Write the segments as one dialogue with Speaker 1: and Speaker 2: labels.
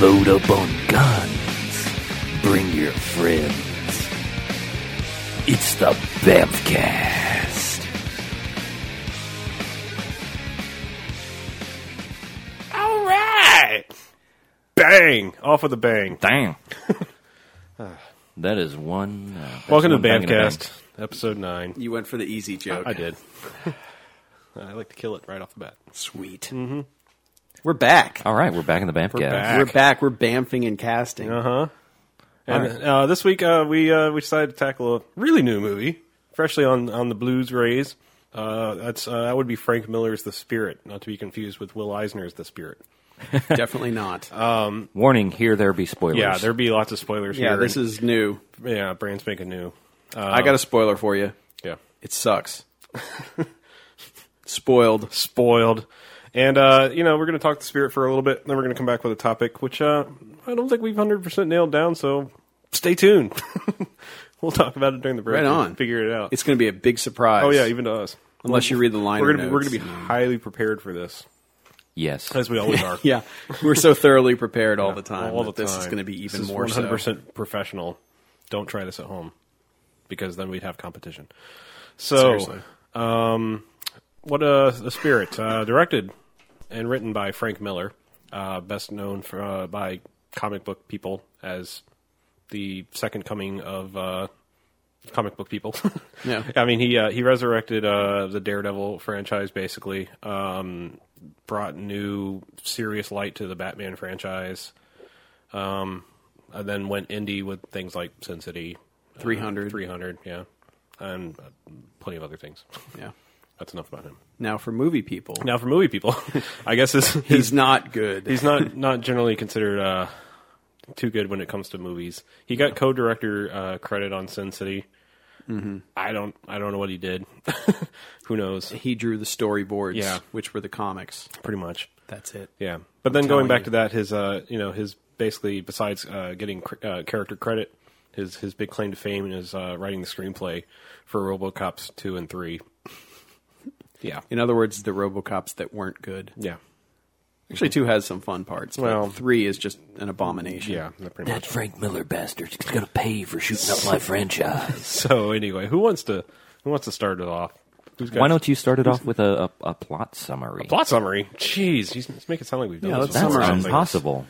Speaker 1: Load up on guns. Bring your friends. It's the Bamfcast.
Speaker 2: All right. Bang. Off with a bang.
Speaker 1: Damn. that is one. Uh, that's
Speaker 2: Welcome to
Speaker 1: one
Speaker 2: the
Speaker 1: bang and a bang.
Speaker 2: Bamcast, episode 9.
Speaker 3: You went for the easy joke.
Speaker 2: I did. I like to kill it right off the bat.
Speaker 3: Sweet. We're back.
Speaker 1: All right, we're Mm-hmm. back Uh-huh. in the Bamcast.
Speaker 2: back.
Speaker 3: We're back. We're bamfing and casting.
Speaker 2: And uh, this week uh, we uh, we decided to tackle a really new movie, freshly on on the Blues Rays. Uh, that's uh, that would be Frank Miller's The Spirit, not to be confused with Will Eisner's The Spirit.
Speaker 3: Definitely not.
Speaker 1: Warning: Here there be spoilers.
Speaker 2: Yeah, there'd be lots of spoilers
Speaker 3: yeah,
Speaker 2: here.
Speaker 3: this
Speaker 2: and- Um,
Speaker 3: is new.
Speaker 2: yeah, brand's making new.
Speaker 3: I got a spoiler for you.
Speaker 2: Yeah,
Speaker 3: It sucks. Spoiled.
Speaker 2: spoiled. And uh, you know, we're going to talk the spirit for a little bit, then we're going to come back with a topic which uh, I don't think we've hundred percent nailed down. So stay tuned. we'll talk about it during the break.
Speaker 3: Right
Speaker 2: and
Speaker 3: on.
Speaker 2: Figure it out.
Speaker 3: It's going to be a big surprise.
Speaker 2: oh yeah, even to us.
Speaker 3: Unless you read the liner
Speaker 2: We're gonna be, we're
Speaker 3: notes.
Speaker 2: gonna be highly prepared for this,
Speaker 1: Yes.
Speaker 2: as we always are.
Speaker 3: Yeah, we're so thoroughly prepared all the time.
Speaker 2: all the
Speaker 3: that
Speaker 2: time.
Speaker 3: This is going to be even
Speaker 2: this
Speaker 3: more
Speaker 2: One
Speaker 3: so.
Speaker 2: hundred percent professional. Don't try this at home, because then we'd have competition. So,
Speaker 3: Seriously.
Speaker 2: um, what a, a spirit uh, directed and written by Frank Miller, uh, best known for, uh, by comic book people as the second coming of uh, comic book people.
Speaker 3: Yeah.
Speaker 2: I mean he uh, he resurrected uh, the Daredevil franchise basically, um, brought new serious light to the Batman franchise, um, and then went indie with things like Sin City, uh,
Speaker 3: 300.
Speaker 2: 300, yeah, and uh, plenty of other things.
Speaker 3: Yeah.
Speaker 2: That's enough about him.
Speaker 3: Now for movie people,
Speaker 2: Now for movie people, I guess this,
Speaker 3: he's not good.
Speaker 2: he's not not generally considered uh, too good when it comes to movies. He got co-director uh, credit on Sin City.
Speaker 3: Mm-hmm.
Speaker 2: I don't I don't know what he did. Who knows?
Speaker 3: he drew the storyboards,
Speaker 2: Yeah.
Speaker 3: which were the comics.
Speaker 2: Pretty much.
Speaker 3: That's it.
Speaker 2: Yeah, but then going
Speaker 3: telling
Speaker 2: back
Speaker 3: you.
Speaker 2: to that, his uh, you know, his basically besides uh, getting cr- uh, character credit, his his big claim to fame is uh, writing the screenplay for RoboCops two and three. Yeah,
Speaker 3: In other words, the RoboCops that weren't good.
Speaker 2: yeah,
Speaker 3: Actually, two has some fun parts. But
Speaker 2: Mm-hmm. Well-
Speaker 3: three is just an abomination.
Speaker 2: yeah, pretty
Speaker 1: That
Speaker 2: much.
Speaker 1: Frank Miller bastard is gonna pay for shooting up my franchise.
Speaker 2: So anyway, who wants to who wants to start it off? Who's got
Speaker 1: Why don't you start it off with a, a, a plot summary?
Speaker 2: plot summary? Jeez, he's, he's making it sound like we've done
Speaker 3: Yeah,
Speaker 2: this.
Speaker 3: let's
Speaker 1: That's
Speaker 2: before.
Speaker 3: summarize.
Speaker 1: impossible.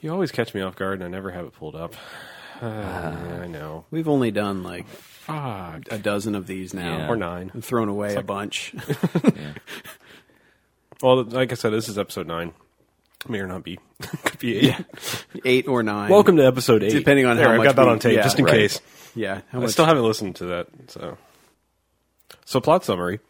Speaker 2: You always catch me off guard, and I never have it pulled up. Uh, I know.
Speaker 3: We've only done like
Speaker 2: Fuck.
Speaker 3: a dozen of these now.
Speaker 1: Yeah.
Speaker 2: Or nine.
Speaker 3: And thrown away a bunch.
Speaker 2: Well, like I said, this is episode nine. May or not be. Could be eight.
Speaker 3: Eight or nine.
Speaker 2: Welcome to episode eight.
Speaker 3: Depending on
Speaker 2: There,
Speaker 3: how
Speaker 2: I
Speaker 3: much
Speaker 2: got that
Speaker 3: we-
Speaker 2: on tape,
Speaker 3: yeah,
Speaker 2: just in
Speaker 1: right.
Speaker 2: case.
Speaker 3: Yeah. How
Speaker 2: I
Speaker 3: much?
Speaker 2: still haven't listened to that. So, so plot summary: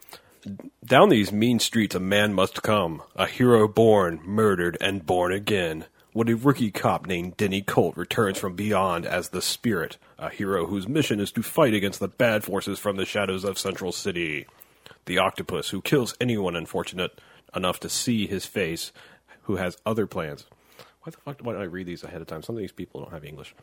Speaker 2: Down these mean streets, a man must come, a hero born, murdered, and born again. When a rookie cop named Denny Colt returns from beyond as the Spirit, a hero whose mission is to fight against the bad forces from the shadows of Central City. The Octopus, who kills anyone unfortunate enough to see his face, who has other plans. Why the fuck? Why don't I read these ahead of time? Some of these people don't have English.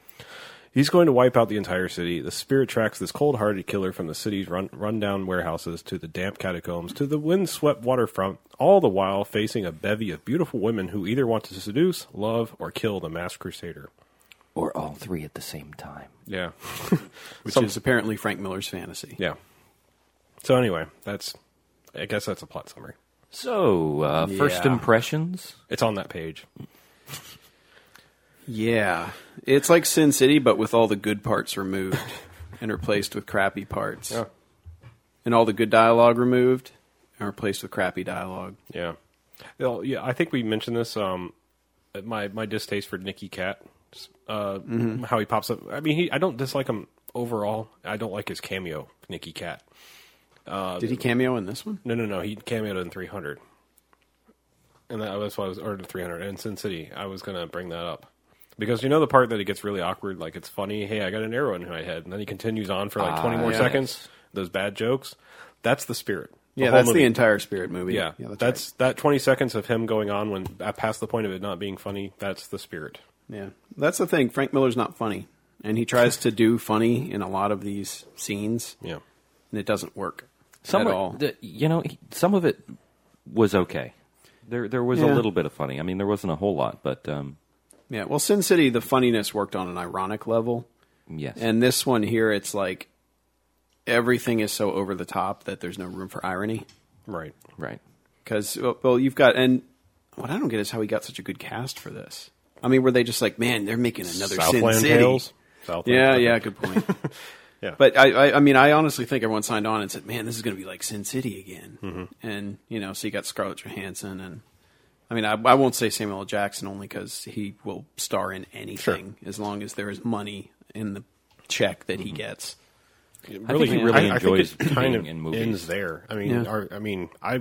Speaker 2: He's going to wipe out the entire city. The spirit tracks this cold hearted killer from the city's run- rundown warehouses to the damp catacombs to the windswept waterfront, all the while facing a bevy of beautiful women who either want to seduce, love, or kill the masked crusader.
Speaker 1: Or all three at the same time.
Speaker 2: Yeah.
Speaker 3: which is apparently Frank Miller's fantasy.
Speaker 2: yeah. So, anyway, that's, I guess that's a plot summary.
Speaker 1: So, uh, first
Speaker 3: Yeah.
Speaker 1: impressions.
Speaker 2: It's on that page.
Speaker 3: Yeah. It's like Sin City, but with all the good parts removed and replaced with crappy parts.
Speaker 2: Yeah.
Speaker 3: And all the good dialogue removed and replaced with crappy dialogue.
Speaker 2: Yeah. Well, yeah, I think we mentioned this. Um, my my distaste for Nicky Cat, uh,
Speaker 3: Mm-hmm.
Speaker 2: how he pops up. I mean, he I don't dislike him overall. I don't like his cameo, Nicky Cat.
Speaker 3: Did he cameo in this one?
Speaker 2: No, no, no. He cameoed in 300, and that, that's why I was or in 300 and Sin City. I was gonna bring that up because you know the part that it gets really awkward. Like it's funny. Hey, I got an arrow in my head, and then he continues on for like 20 more
Speaker 3: yes.
Speaker 2: seconds. Those bad jokes. That's the spirit. The
Speaker 3: yeah,
Speaker 2: whole
Speaker 3: that's
Speaker 2: movie.
Speaker 3: the entire Spirit movie.
Speaker 2: Yeah,
Speaker 3: that's,
Speaker 2: that's, that twenty seconds of him going on when uh, past the point of it not being funny. That's the spirit.
Speaker 3: right. yeah. That's the thing. Frank Miller's not funny, and he tries to do funny in a lot of these scenes,
Speaker 2: Yeah,
Speaker 3: and it doesn't work
Speaker 1: some
Speaker 3: at
Speaker 1: of-
Speaker 3: all.
Speaker 1: the- you know, he- some of it was okay. There, there was a
Speaker 3: Yeah.
Speaker 1: little bit of funny. I mean, there wasn't a whole lot, but um,
Speaker 3: Yeah. Well, Sin City, the funniness worked on an ironic level.
Speaker 4: Yes.
Speaker 3: And this one here, it's like everything is so over the top that there's no room for irony.
Speaker 2: Right.
Speaker 4: right.
Speaker 3: Because, well, you've got, and what I don't get is how he got such a good cast for this. I mean, were they just like, man, they're making another Sin
Speaker 2: Southland
Speaker 3: City?
Speaker 2: Tales. Southland
Speaker 3: Yeah,
Speaker 2: Tales.
Speaker 3: yeah, good point.
Speaker 2: Yeah.
Speaker 3: But I, I, I mean, I honestly think everyone signed on and said, man, this is going to be like Sin City again.
Speaker 2: Mm-hmm.
Speaker 3: And, you know, so you got Scarlett Johansson and. I mean, I, I won't say Samuel L. Jackson only because he will star in anything as long as there is money in the check that
Speaker 2: Mm-hmm.
Speaker 3: he gets.
Speaker 4: I think he really enjoys
Speaker 2: it
Speaker 4: being
Speaker 2: kind of
Speaker 4: in movies.
Speaker 2: Ends there. I mean,
Speaker 3: Yeah.
Speaker 2: our- I mean, I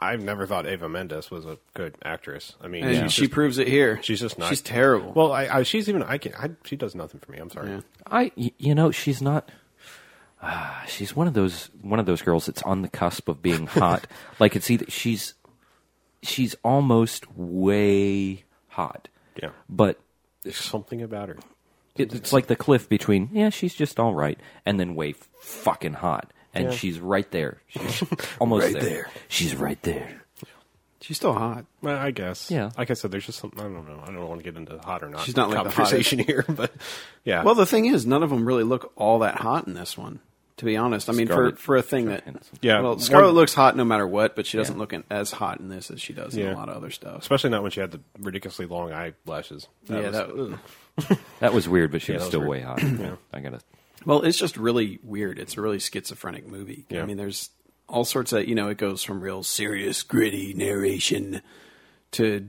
Speaker 2: I've never thought Ava Mendes was a good actress. I mean,
Speaker 3: And
Speaker 2: she's
Speaker 3: she
Speaker 2: just-
Speaker 3: proves it here.
Speaker 2: she's just not.
Speaker 3: She's terrible.
Speaker 2: Well, I, I she's even I can I, she does nothing for me. I'm sorry.
Speaker 3: Yeah.
Speaker 4: I y- you know she's not. ah, she's one of those one of those girls that's on the cusp of being hot. like it's either she's she's almost way hot.
Speaker 2: Yeah.
Speaker 4: But
Speaker 2: There's something about her.
Speaker 4: it, it's like the cliff between yeah she's just all right and then way fucking hot and she's right there. She's almost
Speaker 1: Right
Speaker 4: there.
Speaker 1: there.
Speaker 4: She's right there.
Speaker 3: she's still hot.
Speaker 2: Well, I guess.
Speaker 4: Yeah.
Speaker 2: Like I said, there's just something I don't know. I don't want to get into hot or not.
Speaker 3: She's not like the
Speaker 2: conversation here, but yeah.
Speaker 3: Well, the thing is, none of them really look all that hot in this one. To be honest, I mean, for,
Speaker 4: Scarlett
Speaker 3: for a thing that
Speaker 4: Johansson.
Speaker 2: Yeah.
Speaker 3: well, Scarlett
Speaker 2: One-
Speaker 3: looks hot no matter what, but she doesn't look in, as hot in this as she does in
Speaker 2: Yeah.
Speaker 3: a lot of other stuff.
Speaker 2: especially not when she had the ridiculously long eyelashes.
Speaker 3: yeah,
Speaker 2: was-
Speaker 3: that, ugh.
Speaker 4: That was weird, but she was
Speaker 2: that was
Speaker 4: still
Speaker 2: weird.
Speaker 4: way hot. I gotta.
Speaker 3: well, it's just really weird. It's a really schizophrenic movie.
Speaker 2: Yeah.
Speaker 3: I mean, there's all sorts of you know, it goes from real serious, gritty narration to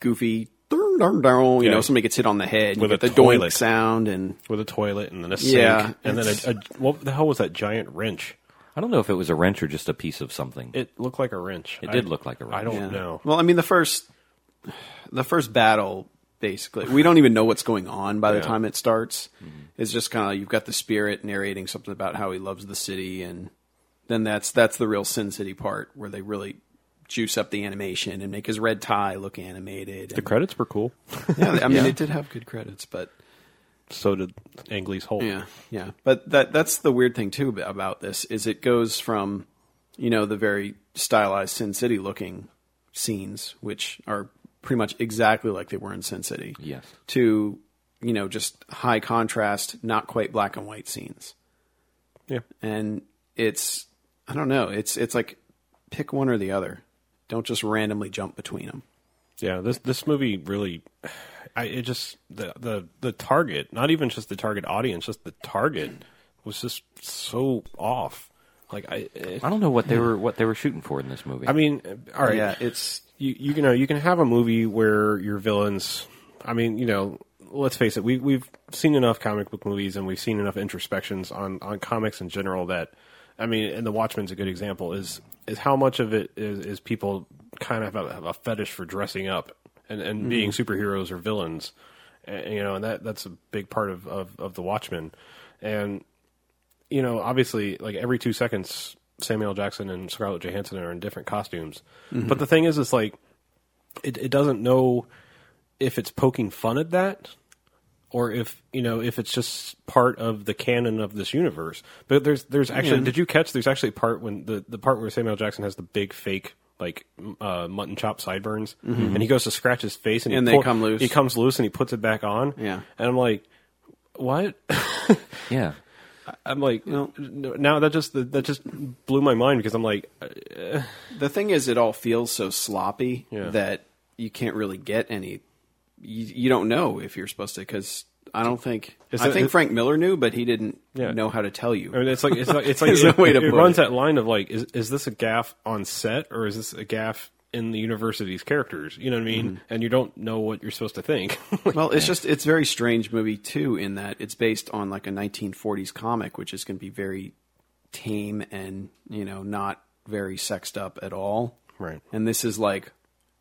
Speaker 3: goofy. Darn, darn, darn, you
Speaker 2: Yeah.
Speaker 3: know, somebody gets hit on the head
Speaker 2: With
Speaker 3: you get
Speaker 2: a
Speaker 3: the doink
Speaker 2: toilet.
Speaker 3: sound, and
Speaker 2: with a toilet and then a sink
Speaker 3: Yeah,
Speaker 2: and then
Speaker 3: it's-
Speaker 2: a, a what the hell was that giant wrench?
Speaker 4: I don't know if it was a wrench or just a piece of something.
Speaker 2: It looked like a wrench.
Speaker 4: It did look like a wrench.
Speaker 2: I don't
Speaker 3: Yeah.
Speaker 2: know.
Speaker 3: Well, I mean, the first, the first battle, basically, we don't even know what's going on by the
Speaker 2: Yeah. Mm-hmm.
Speaker 3: time it starts. It's just kind of you've got the spirit narrating something about how he loves the city, and then that's that's the real Sin City part where they really juice up the animation and make his red tie look animated.
Speaker 2: The credits were cool.
Speaker 3: And- yeah, I mean, it did have good credits, but
Speaker 2: So did Angley's Holt.
Speaker 3: yeah, yeah. But that that's the weird thing too ab- about this is it goes from you know the very stylized Sin City looking scenes, which are pretty much exactly like they were in Sin City.
Speaker 4: Yes.
Speaker 3: To you know just high contrast, not quite black and white scenes,
Speaker 2: Yeah.
Speaker 3: and it's I don't know. It's it's like pick one or the other. Don't just randomly jump between them.
Speaker 2: Yeah, this this movie really, I it just the the the target, not even just the target audience, just the target was just so off. Like I, it,
Speaker 4: I don't know what they were what they were shooting for in this movie.
Speaker 2: I mean, all right,
Speaker 3: Yeah, it's
Speaker 2: you you know you can have a movie where your villains, I mean, you know, let's face it, we we've seen enough comic book movies and we've seen enough introspections on on comics in general that, I mean, and The Watchmen's a good example is is how much of it is, is people kind of have a, have a fetish for dressing up and and being superheroes or villains, and, you know, and that that's a big part of of, of The Watchmen, and you know, obviously, like every two seconds, Samuel L. Jackson and Scarlett Johansson are in different costumes.
Speaker 3: Mm-hmm.
Speaker 2: But the thing is, it's like it, it doesn't know if it's poking fun at that or if you know if it's just part of the canon of this universe. But there's there's actually did you catch there's actually a part when the the part where Samuel L. Jackson has the big fake. Like m- uh, mutton chop sideburns, and he goes to scratch his face, and, he
Speaker 3: Mm-hmm. And they come loose.
Speaker 2: He comes loose, and he puts it back on.
Speaker 3: Yeah.
Speaker 2: and I'm like, what?
Speaker 4: yeah.
Speaker 2: I'm like,
Speaker 3: You
Speaker 2: no, now that just that just blew my mind because I'm like, uh,
Speaker 3: the thing is it all feels so sloppy
Speaker 2: Yeah.
Speaker 3: that you can't really get any you, you don't know if you're supposed to because i don't think
Speaker 2: Is
Speaker 3: i
Speaker 2: it-
Speaker 3: think
Speaker 2: it-
Speaker 3: frank miller knew but he didn't
Speaker 2: Yeah.
Speaker 3: know how to tell you
Speaker 2: I mean, it's like it's like it's like
Speaker 3: There's
Speaker 2: it,
Speaker 3: no way to
Speaker 2: it
Speaker 3: put
Speaker 2: runs
Speaker 3: it.
Speaker 2: that line of like, is is this a gaff on set or is this a gaff in the university's characters? You know what I
Speaker 3: Mm-hmm.
Speaker 2: mean? And you don't know what you're supposed to think.
Speaker 3: well it's just it's a very strange movie too in that it's based on like a 1940s comic which is going to be very tame and you know not very sexed up at all
Speaker 2: Right.
Speaker 3: and this is like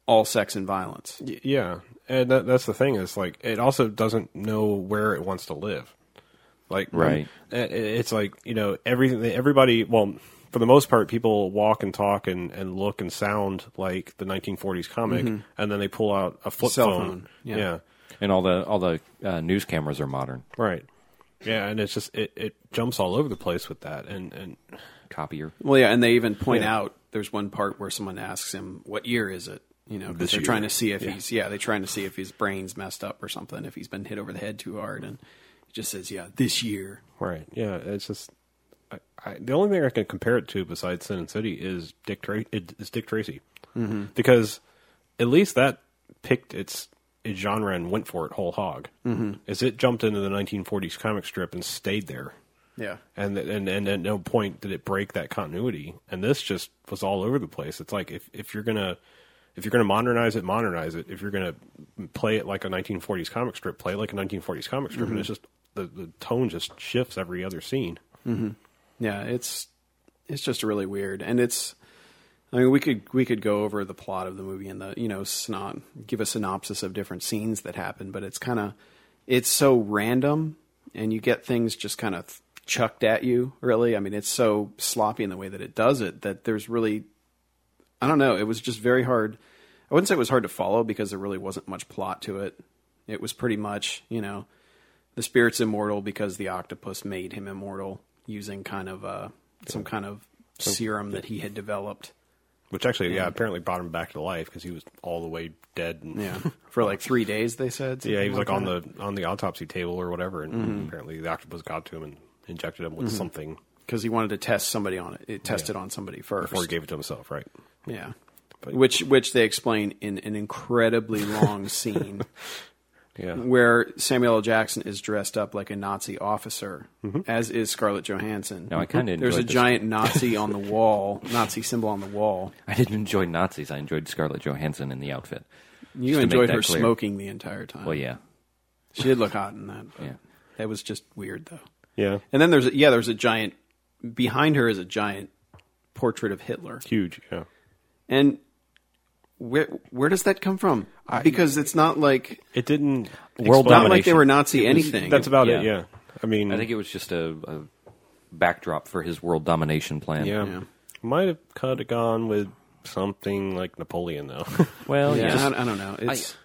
Speaker 3: all sex and violence
Speaker 2: Y- yeah, and that, that's the thing is like it also doesn't know where it wants to live. Like
Speaker 4: Right.
Speaker 2: um, it- it's like you know everything. Everybody, well, for the most part, people walk and talk and, and look and sound like the 1940s comic, and then they pull out a flip
Speaker 3: Cell
Speaker 2: phone.
Speaker 3: phone, yeah.
Speaker 2: yeah,
Speaker 4: And all the all the uh, news cameras are modern.
Speaker 2: right. Yeah, and it's just it, it jumps all over the place with that, and and
Speaker 4: Copier.
Speaker 3: Well, yeah, and they even point
Speaker 2: Yeah.
Speaker 3: out there's one part where someone asks him, "What year is it?" You know, 'cause
Speaker 2: This
Speaker 3: they're
Speaker 2: year.
Speaker 3: trying to see if he's yeah, they're trying to see if his brain's messed up or something, if he's been hit over the head too hard, and it just says yeah, this year.
Speaker 2: Right. Yeah. It's just I, I, the only thing I can compare it to besides Sin City is Dick Tra- is Dick Tracy mm-hmm. because at least that picked its, its genre and went for it whole hog. Mm-hmm. Is it jumped into the 1940s comic strip and stayed there,
Speaker 3: Yeah,
Speaker 2: and th- and and at no point did it break that continuity. And this just was all over the place. It's like if if you're gonna if you're gonna modernize it, modernize it. If you're gonna play it like a 1940s comic strip, play it like a 1940s comic strip. And it's just the the tone just shifts every other scene.
Speaker 3: yeah, it's it's just really weird, and it's. I mean, we could we could go over the plot of the movie and the you know synop, give a synopsis of different scenes that happen, but it's kind of it's so random, and you get things just kind of chucked at you. Really, I mean, it's so sloppy in the way that it does it that there's really, I don't know, it was just very hard. I wouldn't say it was hard to follow because there really wasn't much plot to it. It was pretty much you know the spirit's immortal because the octopus made him immortal using kind of uh, some kind of serum that he had developed.
Speaker 2: Which actually, yeah, apparently brought him back to life because he was all the way dead. And,
Speaker 3: Yeah, for like three days they said.
Speaker 2: yeah, Mm-hmm. he was like on
Speaker 3: that.
Speaker 2: the on the autopsy table or whatever, and apparently the octopus got to him and injected him with something
Speaker 3: because he wanted to test somebody on it. It tested on somebody first.
Speaker 2: before he gave it to himself, right?
Speaker 3: yeah,
Speaker 2: But-
Speaker 3: which which they explain in an incredibly long scene
Speaker 2: Yeah,
Speaker 3: where Samuel L. Jackson is dressed up like a Nazi officer, as is Scarlett Johansson.
Speaker 4: Now, Mm-hmm. I kinda
Speaker 3: there's a
Speaker 4: enjoyed this.
Speaker 3: giant Nazi on the wall, Nazi symbol on the wall.
Speaker 4: I didn't enjoy Nazis. I enjoyed Scarlett Johansson in the outfit. Just
Speaker 3: You
Speaker 4: to make
Speaker 3: enjoyed
Speaker 4: that
Speaker 3: her
Speaker 4: clear.
Speaker 3: smoking the entire time.
Speaker 4: Well, yeah.
Speaker 3: She did look hot in that. but
Speaker 4: Yeah.
Speaker 3: That was just weird though.
Speaker 2: yeah,
Speaker 3: And then there's a, yeah, there's a giant behind her is a giant portrait of Hitler.
Speaker 2: huge. Yeah.
Speaker 3: And where where does that come from? because it's not like
Speaker 2: It didn't explain-
Speaker 4: World
Speaker 3: not like they
Speaker 4: Domination.
Speaker 3: were Nazi anything.
Speaker 2: That's about it.
Speaker 4: Yeah.
Speaker 2: Yeah, I mean,
Speaker 4: I think it was just a, a backdrop for his world domination plan.
Speaker 2: yeah.
Speaker 3: Yeah.
Speaker 2: might have could have gone with something like Napoleon though.
Speaker 4: Well,
Speaker 3: yeah,
Speaker 4: yeah.
Speaker 3: I, I don't know. It's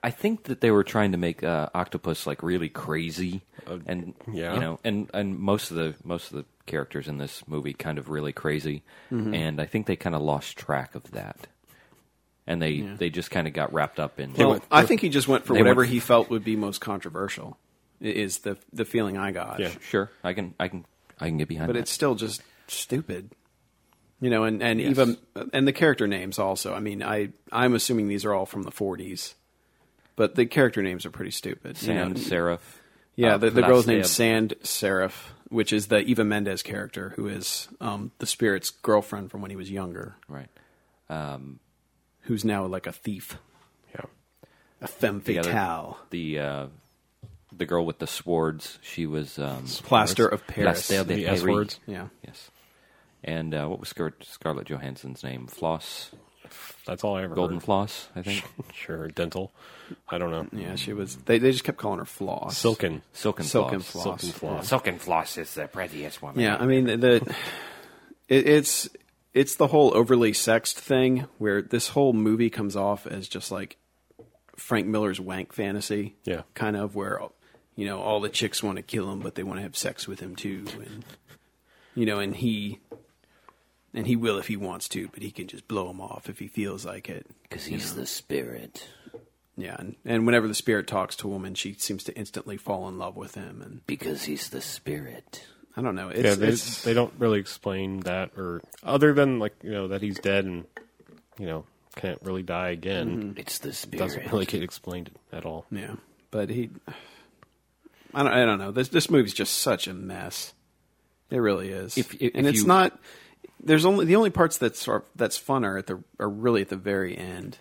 Speaker 4: I think that they were trying to make uh, Octopus like really crazy,
Speaker 3: Uh,
Speaker 4: and
Speaker 2: yeah.
Speaker 4: you know, and and most of the most of the characters in this movie kind of really crazy,
Speaker 3: Mm-hmm.
Speaker 4: and I think they kind of lost track of that, and they they just kind of got wrapped up in.
Speaker 3: well, I think he just went for
Speaker 4: they went-
Speaker 3: whatever he felt would be most controversial. i- Is the the feeling I got.
Speaker 2: Yeah.
Speaker 4: sure, I can I can I can get behind.
Speaker 3: But
Speaker 4: that.
Speaker 3: it's still just stupid. You know, and and
Speaker 4: Yes.
Speaker 3: even uh, and the character names also. I mean, I I'm assuming these are all from the 40s. But the character names are pretty stupid. you know.
Speaker 4: Sans Serif.
Speaker 3: Yeah,
Speaker 4: uh,
Speaker 3: the, the girl's named
Speaker 4: Plastia.
Speaker 3: Sand Serif, which is the Eva Mendes character, who is um, the spirit's girlfriend from when he was younger,
Speaker 4: Right.
Speaker 3: who's now like a thief,
Speaker 2: yeah,
Speaker 3: a femme
Speaker 4: The other-
Speaker 3: fatale,
Speaker 4: the uh, the girl with the swords. She was um,
Speaker 3: plaster of Paris.
Speaker 4: Plastel de
Speaker 2: The S
Speaker 4: Paris.
Speaker 2: words?
Speaker 3: Yeah,
Speaker 4: Yes. And uh, what was Scar- Scarlett Johansson's name? Floss,
Speaker 2: that's all I ever.
Speaker 4: Golden
Speaker 2: heard.
Speaker 4: Floss, I think.
Speaker 2: sure, dental. I don't know.
Speaker 3: yeah, she was. They they just kept calling her Floss,
Speaker 2: Silken.
Speaker 4: Silken
Speaker 3: silken
Speaker 4: Floss.
Speaker 3: floss.
Speaker 2: Silken floss.
Speaker 4: Silken Floss is the prettiest woman.
Speaker 3: Yeah, I mean the it, it's it's the whole overly sexed thing where this whole movie comes off as just like Frank Miller's wank fantasy.
Speaker 2: Yeah.
Speaker 3: kind of where you know all the chicks want to kill him, but they want to have sex with him too, and you know, and he and he will if he wants to, but he can just blow him off if he feels like it.
Speaker 4: Because he's the spirit.
Speaker 3: Yeah, and, and whenever the spirit talks to a woman, she seems to instantly fall in love with him, and
Speaker 4: Because he's the spirit.
Speaker 3: I don't know. It's,
Speaker 2: yeah, they,
Speaker 3: it's,
Speaker 2: they don't really explain that, or other than like you know that he's dead and you know can't really die
Speaker 1: Mm-hmm.
Speaker 2: again.
Speaker 4: It's the spirit.
Speaker 2: Doesn't really get explained at all.
Speaker 3: Yeah, but he, I don't, I don't know. This this movie's just such a mess. It really is.
Speaker 4: If- if-
Speaker 3: and
Speaker 4: if
Speaker 3: it's
Speaker 4: you-
Speaker 3: not. There's only the only parts that's are, that's fun are at the are really at the very end,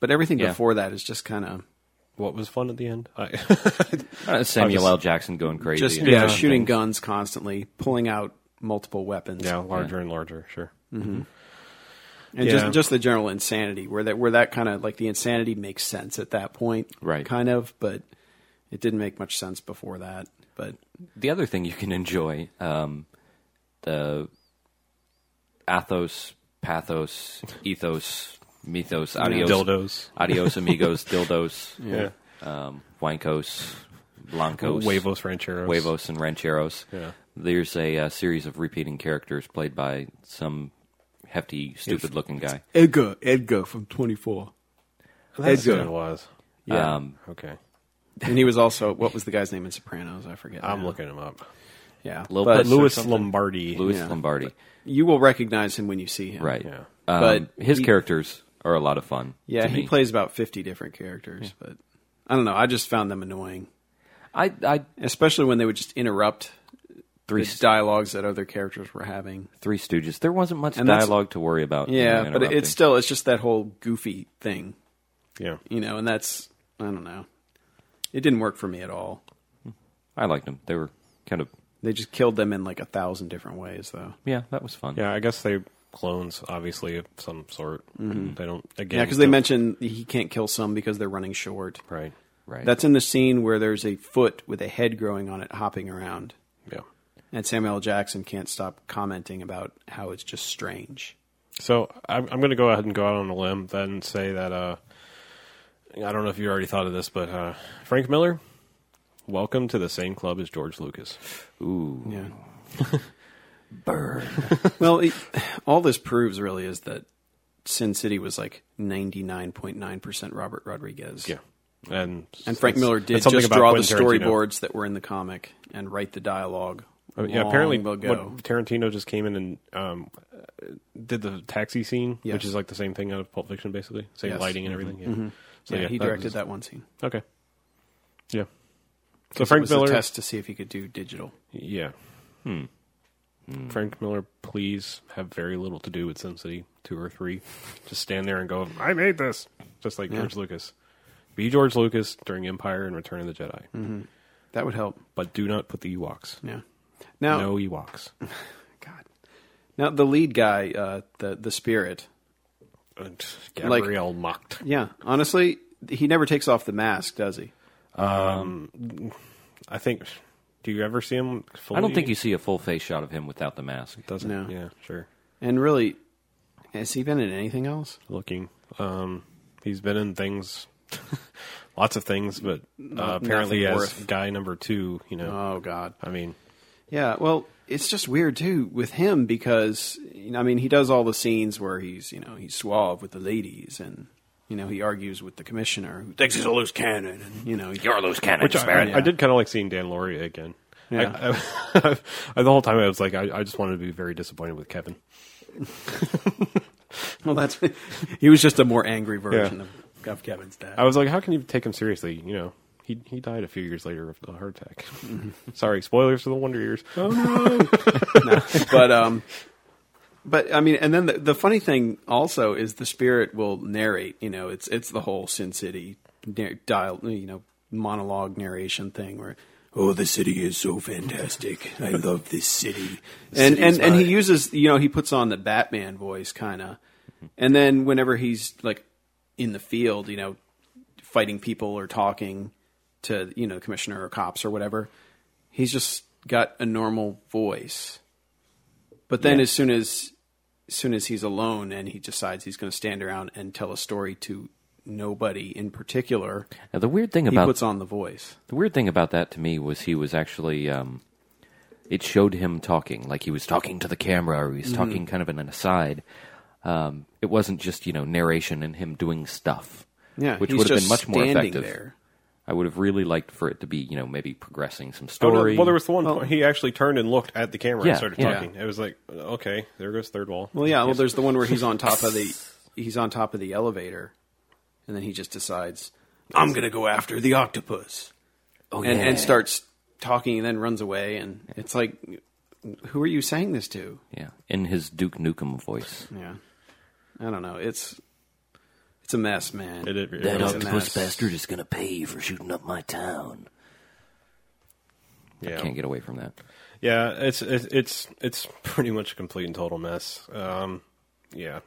Speaker 3: but everything
Speaker 4: Yeah.
Speaker 3: before that is just kind of
Speaker 2: What was fun at the end? I,
Speaker 4: Uh, Samuel
Speaker 2: just-
Speaker 4: L. Jackson going crazy.
Speaker 3: just
Speaker 4: and
Speaker 3: you know,
Speaker 4: doing
Speaker 3: shooting
Speaker 4: things.
Speaker 3: guns constantly, pulling out multiple weapons,
Speaker 2: yeah, larger and larger. Sure.
Speaker 3: and
Speaker 2: Yeah.
Speaker 3: just just the general insanity where that where that kind of like the insanity makes sense at that point,
Speaker 4: Right.
Speaker 3: Kind of, but it didn't make much sense before that. But
Speaker 4: The other thing you can enjoy, um, the Athos, Pathos, Ethos, Mythos, Adios,
Speaker 2: Dildos.
Speaker 4: Adios Amigos, Dildos,
Speaker 2: Yeah.
Speaker 4: um, Wankos, Blancos,
Speaker 2: Huevos rancheros.
Speaker 4: Huevos and Rancheros.
Speaker 2: Yeah.
Speaker 4: There's a, uh series of repeating characters played by some hefty, stupid-looking guy.
Speaker 3: Edgar, Edgar from 24.
Speaker 2: That's
Speaker 3: Edgar.
Speaker 2: what it was.
Speaker 3: Yeah.
Speaker 4: Um,
Speaker 2: Okay.
Speaker 3: and he was also, what was the guy's name in Sopranos? I forget.
Speaker 2: I'm
Speaker 3: now.
Speaker 2: looking him up.
Speaker 3: Yeah.
Speaker 4: Lopez
Speaker 3: But
Speaker 4: or
Speaker 2: Louis
Speaker 4: something.
Speaker 2: Lombardi.
Speaker 4: Louis
Speaker 3: Yeah.
Speaker 4: Lombardi,
Speaker 3: you will recognize him when you see him.
Speaker 4: right?
Speaker 2: Yeah.
Speaker 4: but
Speaker 3: But
Speaker 4: his
Speaker 3: he-
Speaker 4: characters are a lot of fun.
Speaker 3: Yeah,
Speaker 4: to
Speaker 3: he
Speaker 4: me.
Speaker 3: plays about 50 different characters, but I don't know. I just found them annoying,
Speaker 4: I, I
Speaker 3: especially when they would just interrupt
Speaker 4: three
Speaker 3: the dialogues that other characters were having.
Speaker 4: Three Stooges. There wasn't much
Speaker 3: And that's-
Speaker 4: dialogue to worry about. in
Speaker 3: Yeah, but
Speaker 4: interrupting.
Speaker 3: it's still it's just that whole goofy thing,
Speaker 2: Yeah.
Speaker 3: you know, and that's I don't know. It didn't work for me at all.
Speaker 4: I liked them. They were kind of
Speaker 3: They just killed them in like a thousand different ways, though.
Speaker 4: yeah, that was fun.
Speaker 2: Yeah, I guess they clones, obviously, of some sort. They don't, again.
Speaker 3: Yeah, because they
Speaker 2: don't-
Speaker 3: mentioned he can't kill some because they're running short.
Speaker 2: Right.
Speaker 4: right.
Speaker 3: That's in the scene where there's a foot with a head growing on it hopping around,
Speaker 2: Yeah.
Speaker 3: and Samuel L. Jackson can't stop commenting about how it's just strange.
Speaker 2: So I'm, I'm going to go ahead and go out on a limb then and say that, uh, I don't know if you already thought of this, but uh, Frank Miller, welcome to the same club as George Lucas.
Speaker 4: ooh
Speaker 3: Yeah.
Speaker 4: burn.
Speaker 3: Well, it, all this proves really is that Sin City was like 99.9% Robert Rodriguez.
Speaker 2: And,
Speaker 3: And
Speaker 2: it's-
Speaker 3: Frank Miller
Speaker 2: it's
Speaker 3: did
Speaker 2: something
Speaker 3: just
Speaker 2: about
Speaker 3: draw the
Speaker 2: Quentin Tarantino.
Speaker 3: storyboards that were in the comic and write the dialogue.
Speaker 2: I mean, Uh, yeah, apparently
Speaker 3: long ago.
Speaker 2: what Tarantino just came in and um, uh, did the taxi scene,
Speaker 3: Yes.
Speaker 2: which is like the same thing out of Pulp Fiction, basically, same
Speaker 3: Yes. Mm-hmm.
Speaker 2: lighting and everything. Yeah. So
Speaker 3: yeah, he directed
Speaker 2: was-
Speaker 3: that one scene.
Speaker 2: Okay. Yeah. So
Speaker 3: 'Cause it
Speaker 2: Frank
Speaker 3: was a
Speaker 2: Miller.
Speaker 3: test to see if he could do digital.
Speaker 2: Yeah. Hmm.
Speaker 3: Hmm.
Speaker 2: Frank Miller, please have very little to do with Sin City two or three. Just stand there and go, "I made this," just like George Lucas. Be George Lucas during Empire and Return of the Jedi,
Speaker 3: Mm-hmm. That would help.
Speaker 2: but do not put the Ewoks.
Speaker 3: Yeah. Now,
Speaker 2: No Ewoks.
Speaker 3: God. Now the lead guy, uh, the the spirit.
Speaker 2: And
Speaker 3: Like-
Speaker 2: Gabrielle mocked.
Speaker 3: Yeah, honestly, he never takes off the mask, does he?
Speaker 2: I think. Do you ever see him? Fully?
Speaker 4: I don't think you see a full face shot of him without the mask.
Speaker 2: doesn't.
Speaker 3: No.
Speaker 2: Yeah, sure.
Speaker 3: And really, has he been in anything else?
Speaker 2: Looking. Um, he's been in things, lots of things, but uh, apparently as
Speaker 3: nothing worth.
Speaker 2: guy number two, you know.
Speaker 3: Oh God.
Speaker 2: I mean,
Speaker 3: Yeah, well, it's just weird too with him because you know, I mean, he does all the scenes where he's you know he's suave with the ladies and you know he argues with the commissioner who thinks he's a loose cannon and you know he-
Speaker 4: You're a loose cannon,
Speaker 2: which I,
Speaker 4: Barrett.
Speaker 2: I did kind of like seeing Dan Lauria again.
Speaker 3: Yeah.
Speaker 2: I, I, I- the whole time I was like, I, I just wanted to be very disappointed with Kevin.
Speaker 3: well that's he was just a more angry version of, of Kevin's dad.
Speaker 2: I was like, how can you take him seriously? You know, he he died a few years later of a heart attack.
Speaker 3: Mm-hmm.
Speaker 2: Sorry, spoilers for the Wonder Years.
Speaker 3: but um but I mean and then the, the funny thing also is the spirit will narrate, you know, it's it's the whole Sin City nar- dial, you know, monologue narration thing where oh the city is so fantastic. I love this city. and and and he uses, you know, he puts on the Batman voice kind of. And then whenever he's like in the field, you know, fighting people or talking to, you know, the commissioner or cops or whatever, he's just got a normal voice. But then as soon as as soon as he's alone and he decides he's going to stand around and tell a story to nobody in particular,
Speaker 4: Now, the weird thing
Speaker 3: he
Speaker 4: about
Speaker 3: puts on the voice.
Speaker 4: the weird thing about that to me was he was actually um, it showed him talking, like he was talking to the camera, or he was talking kind of in an aside. Um, it wasn't just you know narration and him doing stuff,
Speaker 3: Yeah,
Speaker 4: which
Speaker 3: he's
Speaker 4: would have
Speaker 3: just
Speaker 4: been much more
Speaker 3: standing
Speaker 4: effective.
Speaker 3: there.
Speaker 4: I would have really liked for it to be you know maybe progressing some
Speaker 2: Oh, no,
Speaker 4: story.
Speaker 2: well, there was the one point he actually turned and looked at the camera
Speaker 4: Yeah,
Speaker 2: and started
Speaker 4: yeah.
Speaker 2: talking. It was like, okay, there goes third wall.
Speaker 3: Well, yeah. Well, there's the one where he's on top of the he's on top of the elevator, and then he just decides I'm going to go after the octopus,
Speaker 4: oh,
Speaker 3: and,
Speaker 4: yeah.
Speaker 3: and starts talking, and then runs away, and it's like, who are you saying this to?
Speaker 4: yeah in his Duke Nukem voice.
Speaker 3: Yeah, I don't know. It's it's a mess, man.
Speaker 2: It, it, it
Speaker 5: That
Speaker 2: was-
Speaker 3: a
Speaker 5: octopus
Speaker 3: mess.
Speaker 5: bastard is gonna pay you for shooting up my town.
Speaker 2: yeah.
Speaker 4: Can't get away from that.
Speaker 2: Yeah, it's it's it's it's pretty much a complete and total mess. Um, yeah,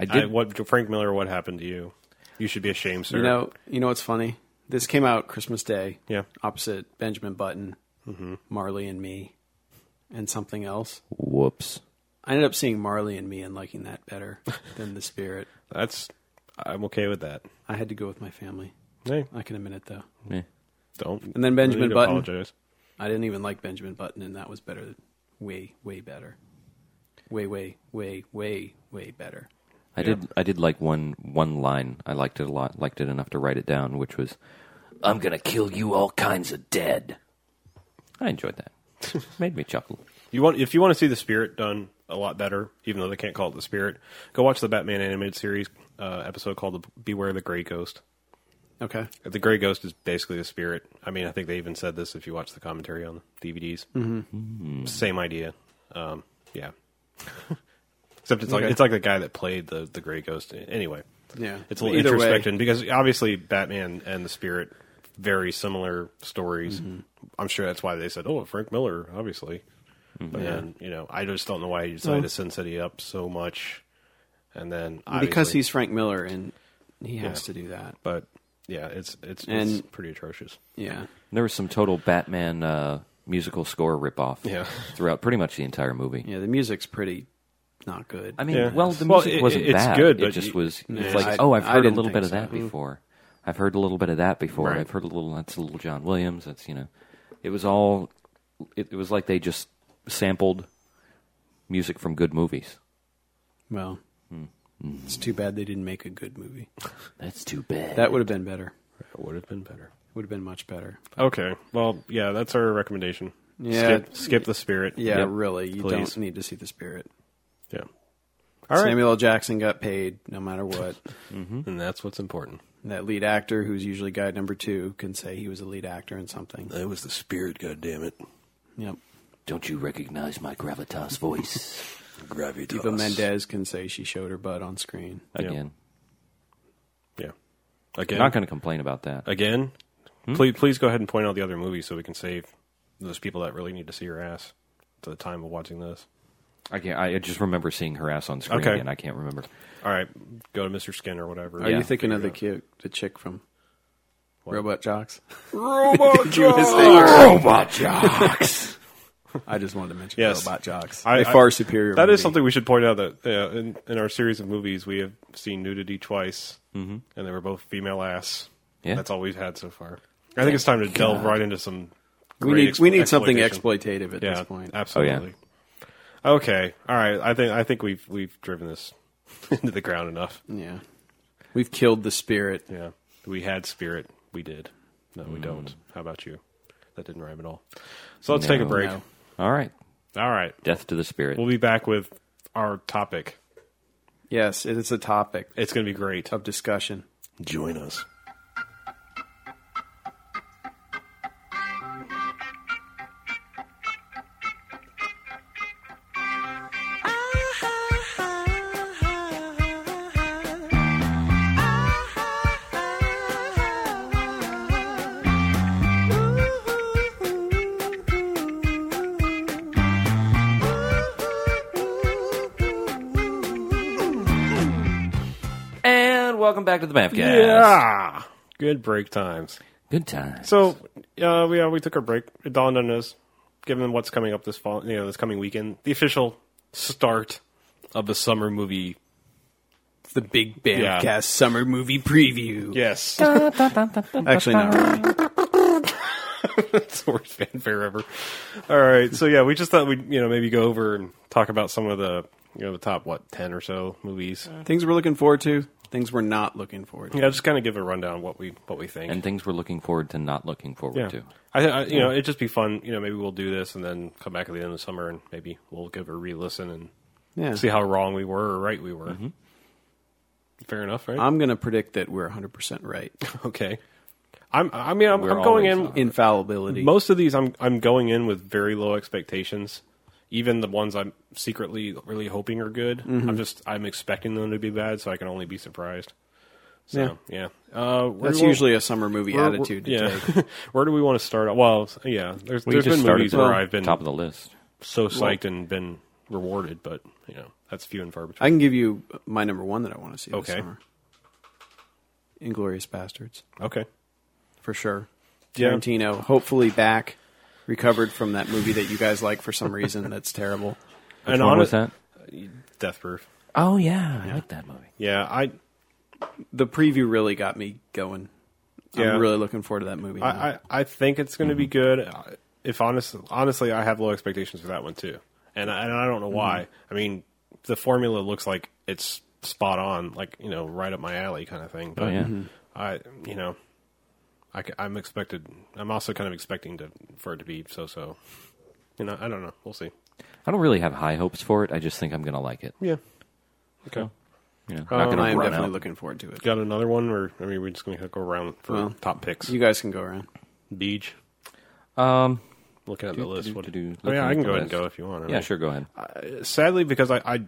Speaker 4: I did-
Speaker 2: what Frank Miller? What happened to you? You should be ashamed, sir.
Speaker 3: You know, you know what's funny? This came out Christmas Day.
Speaker 2: Yeah. Mm-hmm.
Speaker 3: Opposite Benjamin Button, Marley and Me, and something else.
Speaker 4: Whoops.
Speaker 3: I ended up seeing Marley and Me and liking that better than The Spirit.
Speaker 2: that's I'm okay with that.
Speaker 3: I had to go with my family.
Speaker 2: Hey,
Speaker 3: I can admit it though.
Speaker 4: Eh.
Speaker 2: don't.
Speaker 3: And then Benjamin
Speaker 2: need to
Speaker 3: Button.
Speaker 2: apologize.
Speaker 3: I didn't even like Benjamin Button, and that was better, way way better. way, way, way, way, way better.
Speaker 4: I did. I did like one one line. I liked it a lot. Liked it enough to write it down, which was
Speaker 5: I'm gonna kill you all kinds of dead.
Speaker 4: I enjoyed that. Made me chuckle.
Speaker 2: You want if you want to see the Spirit done a lot better, even though they can't call it the Spirit, go watch the Batman animated series uh, episode called the "Beware the Gray Ghost."
Speaker 3: Okay.
Speaker 2: The Gray Ghost is basically the Spirit. I mean, I think they even said this if you watch the commentary on the DVDs.
Speaker 3: Mm-hmm.
Speaker 2: Same idea. Um, yeah. Except it's like
Speaker 3: Okay.
Speaker 2: it's like the guy that played the the Gray Ghost. Anyway,
Speaker 3: Yeah.
Speaker 2: it's a little
Speaker 3: Either way-
Speaker 2: introspection because obviously Batman and the Spirit very similar stories.
Speaker 3: Mm-hmm.
Speaker 2: I'm sure that's why they said, "Oh, Frank Miller," obviously. But then you know, I just don't know why he decided
Speaker 3: Well-
Speaker 2: to Sin City up so much, and then
Speaker 3: Because
Speaker 2: obviously-
Speaker 3: he's Frank Miller and he has to do that.
Speaker 2: but yeah, it's it's, it's
Speaker 3: And-
Speaker 2: pretty atrocious.
Speaker 3: Yeah.
Speaker 4: There was some total Batman uh, musical score ripoff
Speaker 2: Yeah.
Speaker 4: throughout pretty much the entire movie.
Speaker 3: Yeah. The music's pretty not good.
Speaker 4: I mean,
Speaker 2: Yeah.
Speaker 4: well, the music
Speaker 2: Well, it-
Speaker 4: wasn't
Speaker 2: it's
Speaker 4: bad.
Speaker 2: good, but
Speaker 4: it just
Speaker 2: you-
Speaker 4: was
Speaker 3: Yeah,
Speaker 4: it's like,
Speaker 3: I-
Speaker 4: oh, I've
Speaker 3: I
Speaker 4: heard a
Speaker 3: didn't
Speaker 4: little bit
Speaker 3: think
Speaker 4: of that
Speaker 3: so. Mm.
Speaker 4: before. I've heard a little bit of that before. I've heard a little. That's a little John Williams. That's you know, it was all. It, it was like they just sampled music from good movies.
Speaker 3: well, it's too bad they didn't make a good movie.
Speaker 5: That's too bad.
Speaker 3: That would have been better.
Speaker 2: It would have been better.
Speaker 3: Would have been much better.
Speaker 2: Okay, well, yeah, that's our recommendation.
Speaker 3: Yeah.
Speaker 2: skip, skip the Spirit.
Speaker 3: Yeah,
Speaker 4: Yep.
Speaker 3: really. You
Speaker 2: Please.
Speaker 3: don't need to see the spirit.
Speaker 2: yeah. All right,
Speaker 3: Samuel L. Jackson got paid no matter what.
Speaker 2: Mm-hmm. and that's what's important.
Speaker 3: that lead actor, who's usually guy number two, can say he was a lead actor in something.
Speaker 2: That was the Spirit. God damn it,
Speaker 3: Yep.
Speaker 5: Don't you recognize my gravitas voice?
Speaker 2: gravitas.
Speaker 3: Eva Mendez can say she showed her butt on screen.
Speaker 4: Again,
Speaker 2: Yeah. Again,
Speaker 4: not going to complain about that.
Speaker 2: again. Please, please go ahead and point out the other movies so we can save those people that really need to see your ass to the time of watching this.
Speaker 4: I can't. I just remember seeing her ass on screen,
Speaker 2: Okay.
Speaker 4: again. I can't remember.
Speaker 2: All right, go to Mr. Skin or whatever.
Speaker 3: Are
Speaker 4: Yeah.
Speaker 3: you thinking of the cute, the chick from Robot Jocks?
Speaker 2: Robot
Speaker 5: Robot jocks.
Speaker 3: I just wanted to mention
Speaker 2: Yes.
Speaker 3: Robot Jocks.
Speaker 2: I-
Speaker 3: A
Speaker 2: I-
Speaker 3: far superior.
Speaker 2: That is
Speaker 3: movie.
Speaker 2: something we should point out that uh, in, in our series of movies, we have seen nudity twice, and they were both female ass.
Speaker 4: Yeah.
Speaker 2: That's all we've had so far. I think it's time to delve right into some.
Speaker 3: we
Speaker 2: great
Speaker 3: need. we
Speaker 2: explo-
Speaker 3: need something
Speaker 2: exploitation.
Speaker 3: exploitative at
Speaker 2: yeah,
Speaker 3: this point. Oh,
Speaker 2: Absolutely. Okay. All right. I think I think we've we've driven this into the ground enough.
Speaker 3: yeah, we've killed the spirit.
Speaker 2: Yeah. We had spirit. We did. No, we don't. How about you? That didn't rhyme at all. So let's take a
Speaker 4: No.
Speaker 2: break.
Speaker 3: No.
Speaker 4: All right,
Speaker 2: All right.
Speaker 4: death to the spirit.
Speaker 2: We'll be back with our topic.
Speaker 3: Yes, it is a topic
Speaker 2: It's going to be great.
Speaker 3: of discussion.
Speaker 1: Join us.
Speaker 4: And welcome back to the Mavcast.
Speaker 2: Yeah. Good break times.
Speaker 4: Good time.
Speaker 2: So, uh, we, uh, we took our break. It dawned on us, given what's coming up this fall, you know, this coming weekend, the official start of the summer movie.
Speaker 3: The Big
Speaker 2: Yeah.
Speaker 3: Bandcast Summer Movie Preview.
Speaker 2: Yes.
Speaker 3: Actually, not really.
Speaker 2: It's the worst fanfare ever. All right, so yeah, we just thought we'd you know maybe go over and talk about some of the you know the top what ten or so movies.
Speaker 3: things we're looking forward to, things we're not looking forward to.
Speaker 2: Yeah, just kind of give a rundown of what we what we think.
Speaker 4: and things we're looking forward to, not looking forward
Speaker 2: yeah,
Speaker 4: to.
Speaker 2: I, I you know it'd just be fun. You know, maybe we'll do this and then come back at the end of the summer and maybe we'll give a re-listen and
Speaker 3: Yeah.
Speaker 2: see how wrong we were or right we were. Fair enough, right?
Speaker 3: I'm going to predict that we're 100% right.
Speaker 2: okay. I'm. I mean, I'm,
Speaker 4: We're
Speaker 2: I'm going
Speaker 4: always
Speaker 2: in.
Speaker 4: on.
Speaker 3: Infallibility.
Speaker 2: Most of these, I'm I'm going in with very low expectations. Even the ones I'm secretly really hoping are good, I'm just I'm expecting them to be bad, so I can only be surprised. So yeah, Uh, where
Speaker 3: That's
Speaker 2: do we-
Speaker 3: usually a summer movie
Speaker 2: where-
Speaker 3: attitude. to
Speaker 2: yeah.
Speaker 3: take.
Speaker 2: where do we want to start? Well, yeah, there's
Speaker 4: We
Speaker 2: there's
Speaker 4: just
Speaker 2: been
Speaker 4: started
Speaker 2: movies
Speaker 4: at
Speaker 2: where
Speaker 4: the
Speaker 2: I've been
Speaker 4: top of the list.
Speaker 2: so psyched and been rewarded, but you know that's few and far between.
Speaker 3: I can give you my number one that I want to see
Speaker 2: Okay.
Speaker 3: this summer. Inglorious Bastards,
Speaker 2: okay,
Speaker 3: for sure.
Speaker 2: Yeah.
Speaker 3: Tarantino, hopefully back, recovered from that movie that you guys like for some reason that's terrible.
Speaker 2: and
Speaker 4: One
Speaker 2: on
Speaker 4: was
Speaker 2: it-
Speaker 4: that?
Speaker 2: Death Proof.
Speaker 4: Oh yeah, I like that movie.
Speaker 2: Yeah, I
Speaker 3: The preview really got me going.
Speaker 2: Yeah.
Speaker 3: I'm really looking forward to that movie. now.
Speaker 2: I, I I think it's going to be good. I- If honest, honestly, I have low expectations for that one too. and I, and I don't know why. I mean, the formula looks like it's spot on, like you know, right up my alley kind of thing. But
Speaker 4: yeah. Mhm.
Speaker 2: I, you know, I, am expected. I'm also kind of expecting to for it to be so so. You know, I don't know. We'll see.
Speaker 4: I don't really have high hopes for it. I just think I'm going to like it.
Speaker 2: Yeah. Okay.
Speaker 4: You know,
Speaker 2: Um,
Speaker 4: not going
Speaker 3: I
Speaker 4: to
Speaker 3: am
Speaker 4: run
Speaker 3: definitely
Speaker 4: out.
Speaker 3: looking forward to it.
Speaker 2: Got another one, or I mean, we're just gonna go around for
Speaker 3: Well,
Speaker 2: top picks.
Speaker 3: You guys can go around.
Speaker 2: Beach.
Speaker 4: um,
Speaker 2: Looking at the
Speaker 4: Do,
Speaker 2: list,
Speaker 4: do,
Speaker 2: what
Speaker 4: do, do.
Speaker 2: Oh,
Speaker 4: Looking
Speaker 2: yeah,
Speaker 4: at
Speaker 2: I can
Speaker 4: the
Speaker 2: go ahead and
Speaker 4: list.
Speaker 2: go if you want. I
Speaker 4: yeah,
Speaker 2: mean.
Speaker 4: sure, go ahead.
Speaker 2: Uh, Sadly, because I, I,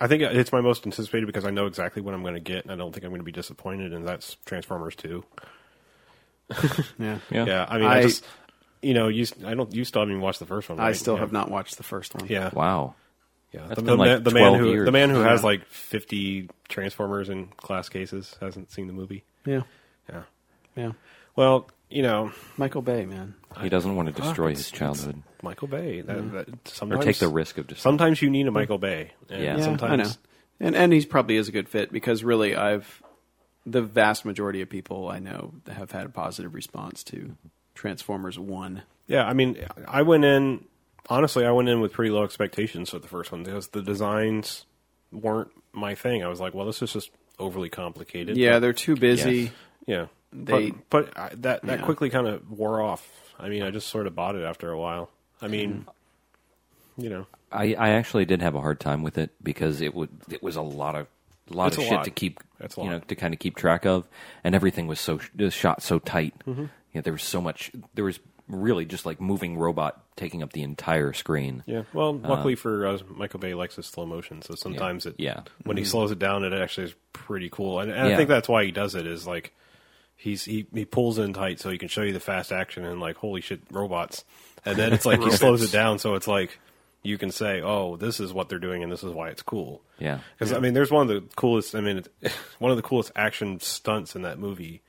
Speaker 2: I think it's my most anticipated because I know exactly what I'm going to get, and I don't think I'm going to be disappointed. And that's Transformers Two.
Speaker 3: Yeah.
Speaker 4: Yeah.
Speaker 2: Yeah, I mean, I,
Speaker 3: I-
Speaker 2: just, you know, you, s- I don't, you still haven't even watched the first one.
Speaker 3: I
Speaker 2: right?
Speaker 3: still
Speaker 2: Yeah.
Speaker 3: have not watched the first one.
Speaker 2: Yeah,
Speaker 4: Wow.
Speaker 2: yeah.
Speaker 4: That's
Speaker 2: The,
Speaker 4: been
Speaker 2: the
Speaker 4: like
Speaker 2: man, the man
Speaker 4: 12
Speaker 2: who,
Speaker 4: years.
Speaker 2: the man who has
Speaker 3: Yeah.
Speaker 2: like 50 Transformers in class cases hasn't seen the movie.
Speaker 3: Yeah.
Speaker 2: Yeah.
Speaker 3: Yeah.
Speaker 2: Well, you know,
Speaker 3: Michael Bay, man.
Speaker 4: He doesn't want to destroy
Speaker 2: it's-
Speaker 4: his childhood.
Speaker 2: Michael Bay. That, that,
Speaker 4: Mm-hmm. Or
Speaker 2: sometimes
Speaker 4: take the risk of destroying.
Speaker 2: Sometimes you need a Michael Bay. And
Speaker 4: Yeah.
Speaker 3: Yeah,
Speaker 2: sometimes
Speaker 3: I know. And and he's probably is a good fit because really I've the vast majority of people I know have had a positive response to Transformers One.
Speaker 2: Yeah, I mean, I went in honestly. I went in with pretty low expectations for the first one because the designs weren't my thing. I was like, well, this is just overly complicated.
Speaker 3: Yeah,
Speaker 2: but,
Speaker 3: they're too busy.
Speaker 2: yeah.
Speaker 3: they-
Speaker 2: but but I, that that
Speaker 3: Yeah.
Speaker 2: quickly kind of wore off. I mean, I just sort of bought it after a while. I mean,
Speaker 3: Mm-hmm.
Speaker 2: you know,
Speaker 4: I, I actually did have a hard time with it because it would it was a lot of lot
Speaker 2: It's
Speaker 4: of
Speaker 2: a
Speaker 4: shit
Speaker 2: lot.
Speaker 4: to keep
Speaker 2: That's a
Speaker 4: you
Speaker 2: lot.
Speaker 4: know to kind of keep track of, and everything was so sh- uh, shot so tight.
Speaker 2: Mm-hmm.
Speaker 4: You know, there was so much. There was really just like moving robot taking up the entire screen.
Speaker 2: yeah. Well, luckily for us, Michael Bay likes his slow motion, so sometimes it
Speaker 4: Yeah.
Speaker 2: when he slows it down, it actually is pretty cool. And, and I
Speaker 4: Yeah.
Speaker 2: think that's why he does it is like he's he, he pulls in tight so he can show you the fast action and like holy shit robots. And then it's like he slows it down so it's like you can say, "Oh, this is what they're doing and this is why it's cool."
Speaker 4: Yeah.
Speaker 2: Cuz I mean, there's one of the coolest I mean, it's, one of the coolest action stunts in that movie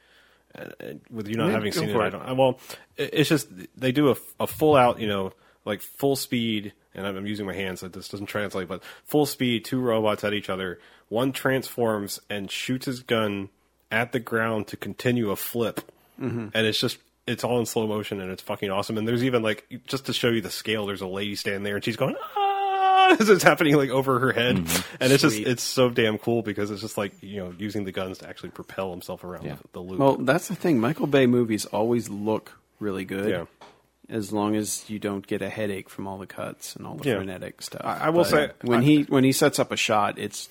Speaker 2: uh, with you not
Speaker 3: Yeah,
Speaker 2: having
Speaker 3: go
Speaker 2: seen it,
Speaker 3: for
Speaker 2: I
Speaker 3: it.
Speaker 2: don't. I- Well, it- it's just they do a, a full out, you know, like full speed, and I'm, I'm using my hands, so this doesn't translate, but full speed, two robots at each other. One transforms and shoots his gun at the ground to continue a flip,
Speaker 3: Mm-hmm.
Speaker 2: and it's just. It's all in slow motion and it's fucking awesome. And there's even like just to show you the scale, there's a lady standing there and she's going, ah, as it's happening like over her head. And it's
Speaker 3: Mm-hmm. Sweet.
Speaker 2: just it's so damn cool because it's just like, you know, using the guns to actually propel himself around
Speaker 4: Yeah.
Speaker 2: the, the loop.
Speaker 3: Well, that's the thing. Michael Bay movies always look really good.
Speaker 2: Yeah.
Speaker 3: As long as you don't get a headache from all the cuts and all the
Speaker 2: Yeah.
Speaker 3: frenetic stuff.
Speaker 2: I- I will say-
Speaker 3: when
Speaker 2: I-
Speaker 3: he when he sets up a shot, it's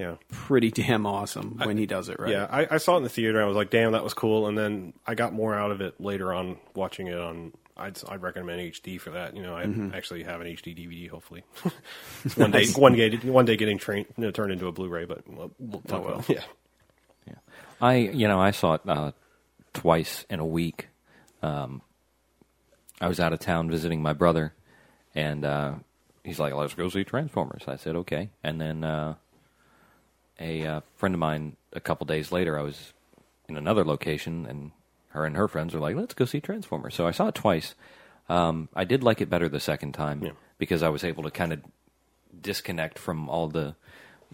Speaker 2: yeah.
Speaker 3: pretty damn awesome when he does it right.
Speaker 2: Yeah, I, I saw it in the theater. I was like, "Damn, that was cool." And then I got more out of it later on watching it on. I'd, I'd recommend HD for that. You know, I
Speaker 4: Mm-hmm.
Speaker 2: actually have an HD DVD. Hopefully, It's one day, one day, one day, getting train, you know, turned into a Blu-ray. But we'll, we'll talk about. it. Yeah,
Speaker 4: I you know I saw it uh, twice in a week. Um, I was out of town visiting my brother, and uh, he's like, "Let's go see Transformers." I said, "Okay." And then uh, a uh, friend of mine, a couple days later, I was in another location, and her and her friends were like, "Let's go see Transformers." So I saw it twice. Um, I did like it better the second time because I was able to kind of disconnect from all the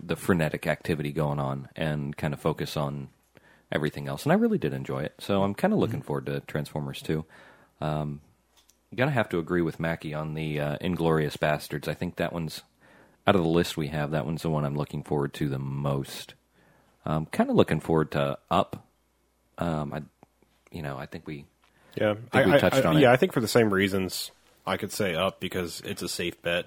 Speaker 4: the frenetic activity going on and kind of focus on everything else. And I really did enjoy it, so I'm kind of looking forward to Transformers too. Um, gonna have to agree with Mackie on the uh, Inglorious Bastards. I think that one's out of the list we have. That one's the one I'm looking forward to the most. Um, kind of looking forward to Up. Um, I, you know, I think we
Speaker 2: yeah.
Speaker 4: I think we touched on it.
Speaker 2: Yeah, I think for the same reasons, I could say up because it's a safe bet.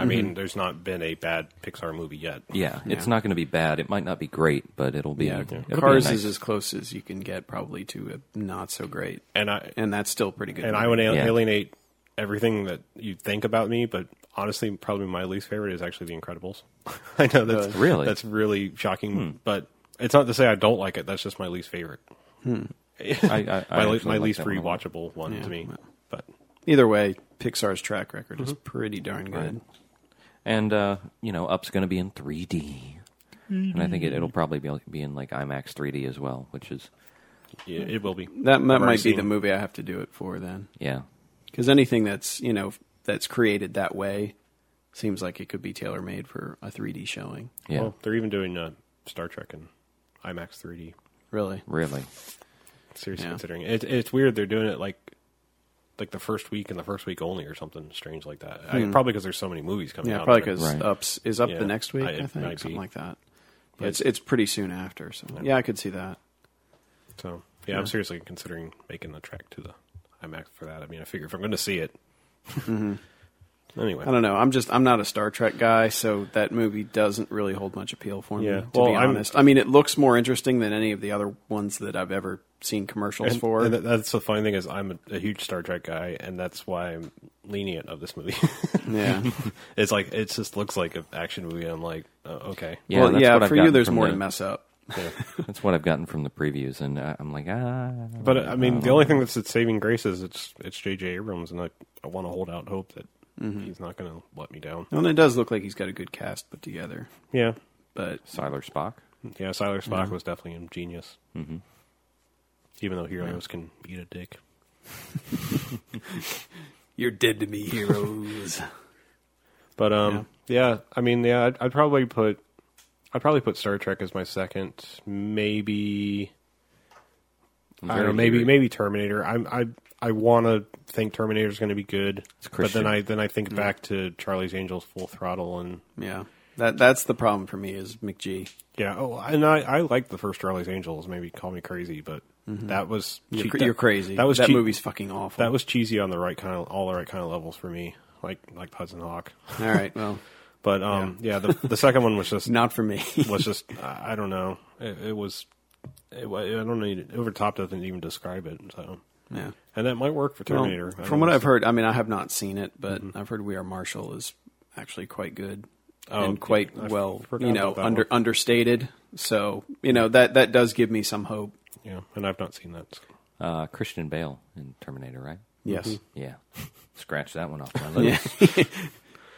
Speaker 2: I mean, there's not been a bad Pixar movie yet.
Speaker 4: Mm-hmm. Yeah, it's not going to be bad. It might not be great, but it'll be.
Speaker 3: Yeah,
Speaker 4: it'll be a
Speaker 3: Cars
Speaker 4: nice-
Speaker 3: is as close as you can get probably to a not so great,
Speaker 2: and I
Speaker 3: and that's still pretty good.
Speaker 2: and
Speaker 3: movie.
Speaker 2: I would al-
Speaker 4: Yeah.
Speaker 2: alienate everything that you think about me, but honestly, probably my least favorite is actually The Incredibles. I know that's
Speaker 4: Really? Hmm.
Speaker 2: that's really shocking, but it's not to say I don't like it. That's just my least favorite.
Speaker 4: Hmm. I, I, I
Speaker 2: my le-
Speaker 4: actually
Speaker 2: my
Speaker 4: like
Speaker 2: least
Speaker 4: that one a lot.
Speaker 2: rewatchable one to me. But
Speaker 3: Either way, Pixar's track record is
Speaker 2: Mm-hmm.
Speaker 3: pretty darn good.
Speaker 4: And uh, you know, Up's going to be in 3D, and I think it,
Speaker 2: Mm-hmm.
Speaker 4: it'll probably be, be in like IMAX 3D as well, which is
Speaker 2: yeah, it will be
Speaker 3: That, that
Speaker 2: I've already
Speaker 3: might be
Speaker 2: seen
Speaker 3: the
Speaker 2: it.
Speaker 3: movie I have to do it for then,
Speaker 4: yeah,
Speaker 3: because anything that's you know that's created that way seems like it could be tailor made for a 3D showing.
Speaker 4: yeah,
Speaker 2: Well, they're even doing uh, Star Trek and IMAX 3D.
Speaker 3: Really,
Speaker 4: really.
Speaker 2: Seriously,
Speaker 3: Yeah.
Speaker 2: considering it, it's weird they're doing it like like the first week and the first week only, or something strange like that. I, probably because there's so many movies coming
Speaker 3: Hmm. Yeah,
Speaker 2: out.
Speaker 3: probably
Speaker 2: there.
Speaker 3: because
Speaker 4: Right.
Speaker 3: ups is up
Speaker 2: Yeah,
Speaker 3: the next week.
Speaker 2: I-
Speaker 3: I,
Speaker 2: it
Speaker 3: think
Speaker 2: might be.
Speaker 3: something like that. Yeah, it's it's pretty soon after. So yeah, I could see that.
Speaker 2: So yeah, I'm seriously considering making the trek to the IMAX for that. I mean, I figure if I'm going to see it, anyway.
Speaker 3: I don't know. I'm just I'm not a Star Trek guy, so that movie doesn't really hold much appeal for
Speaker 2: Yeah.
Speaker 3: me. To
Speaker 2: Well,
Speaker 3: be
Speaker 2: I'm-
Speaker 3: honest, i mean it looks more interesting than any of the other ones that I've ever seen commercials
Speaker 2: And-
Speaker 3: for.
Speaker 2: and that- that's the funny thing is I'm a, a huge Star Trek guy, and that's why I'm lenient of this movie.
Speaker 3: yeah,
Speaker 2: it's like it just looks like an action movie. And I'm like, oh, okay,
Speaker 4: Yeah,
Speaker 3: well,
Speaker 4: that's
Speaker 3: yeah.
Speaker 4: what I've
Speaker 3: for you,
Speaker 4: gotten
Speaker 3: there's
Speaker 4: from
Speaker 3: more
Speaker 4: the-
Speaker 3: to mess up.
Speaker 4: That's what I've gotten from the previews, and I- I'm like, ah.
Speaker 2: But I mean, the only thing that's its saving grace is it's it's J.J. Abrams, and I, I want to hold out hope that he's not going to let me down.
Speaker 3: Well, and it does look like he's got a good cast put together,
Speaker 2: Yeah,
Speaker 3: but
Speaker 4: Siler Spock.
Speaker 2: yeah. Siler Spock was definitely a genius. Mm-hmm. Even though heroes can eat a dick.
Speaker 3: you're dead to me, heroes.
Speaker 2: But um, yeah. I mean, yeah, I'd, I'd probably put I'd probably put Star Trek as my second, maybe. I don't know,
Speaker 4: very
Speaker 2: maybe
Speaker 4: eerie.
Speaker 2: maybe Terminator. I'm I I want to think Terminator is going to be good, but
Speaker 4: Christian.
Speaker 2: then I then I think back to Charlie's Angels Full Throttle and
Speaker 3: yeah, that that's the problem for me is McG.
Speaker 2: yeah. Oh, and I I liked the first Charlie's Angels. Maybe call me crazy, but that was
Speaker 3: You're,
Speaker 2: cheap-
Speaker 3: cr- you're crazy.
Speaker 2: That was
Speaker 3: that
Speaker 2: cheap-
Speaker 3: movie's fucking awful.
Speaker 2: that was cheesy on the right kind of all the right kind of levels for me, like like Hudson Hawk.
Speaker 3: all right. Well,
Speaker 2: But um, yeah, the the second one was just
Speaker 3: not for me.
Speaker 2: was just I I don't know. It, it was it, wa- I don't need over the top doesn't even describe it. So
Speaker 3: yeah.
Speaker 2: and that might work for
Speaker 3: Well,
Speaker 2: Terminator. I don't
Speaker 3: from what
Speaker 2: know. Mm-hmm.
Speaker 3: I've heard, I mean, I have not seen it, but I've heard We Are Marshall is actually quite good and quite
Speaker 2: Oh, I
Speaker 3: well,
Speaker 2: forgot
Speaker 3: you know,
Speaker 2: about that
Speaker 3: under
Speaker 2: one.
Speaker 3: understated. So you know that that does give me some hope.
Speaker 2: yeah, and I've not seen that. so.
Speaker 4: Uh, Christian Bale in Terminator, right?
Speaker 2: Mm-hmm.
Speaker 3: Yes,
Speaker 4: Yeah. Scratch that one off my list.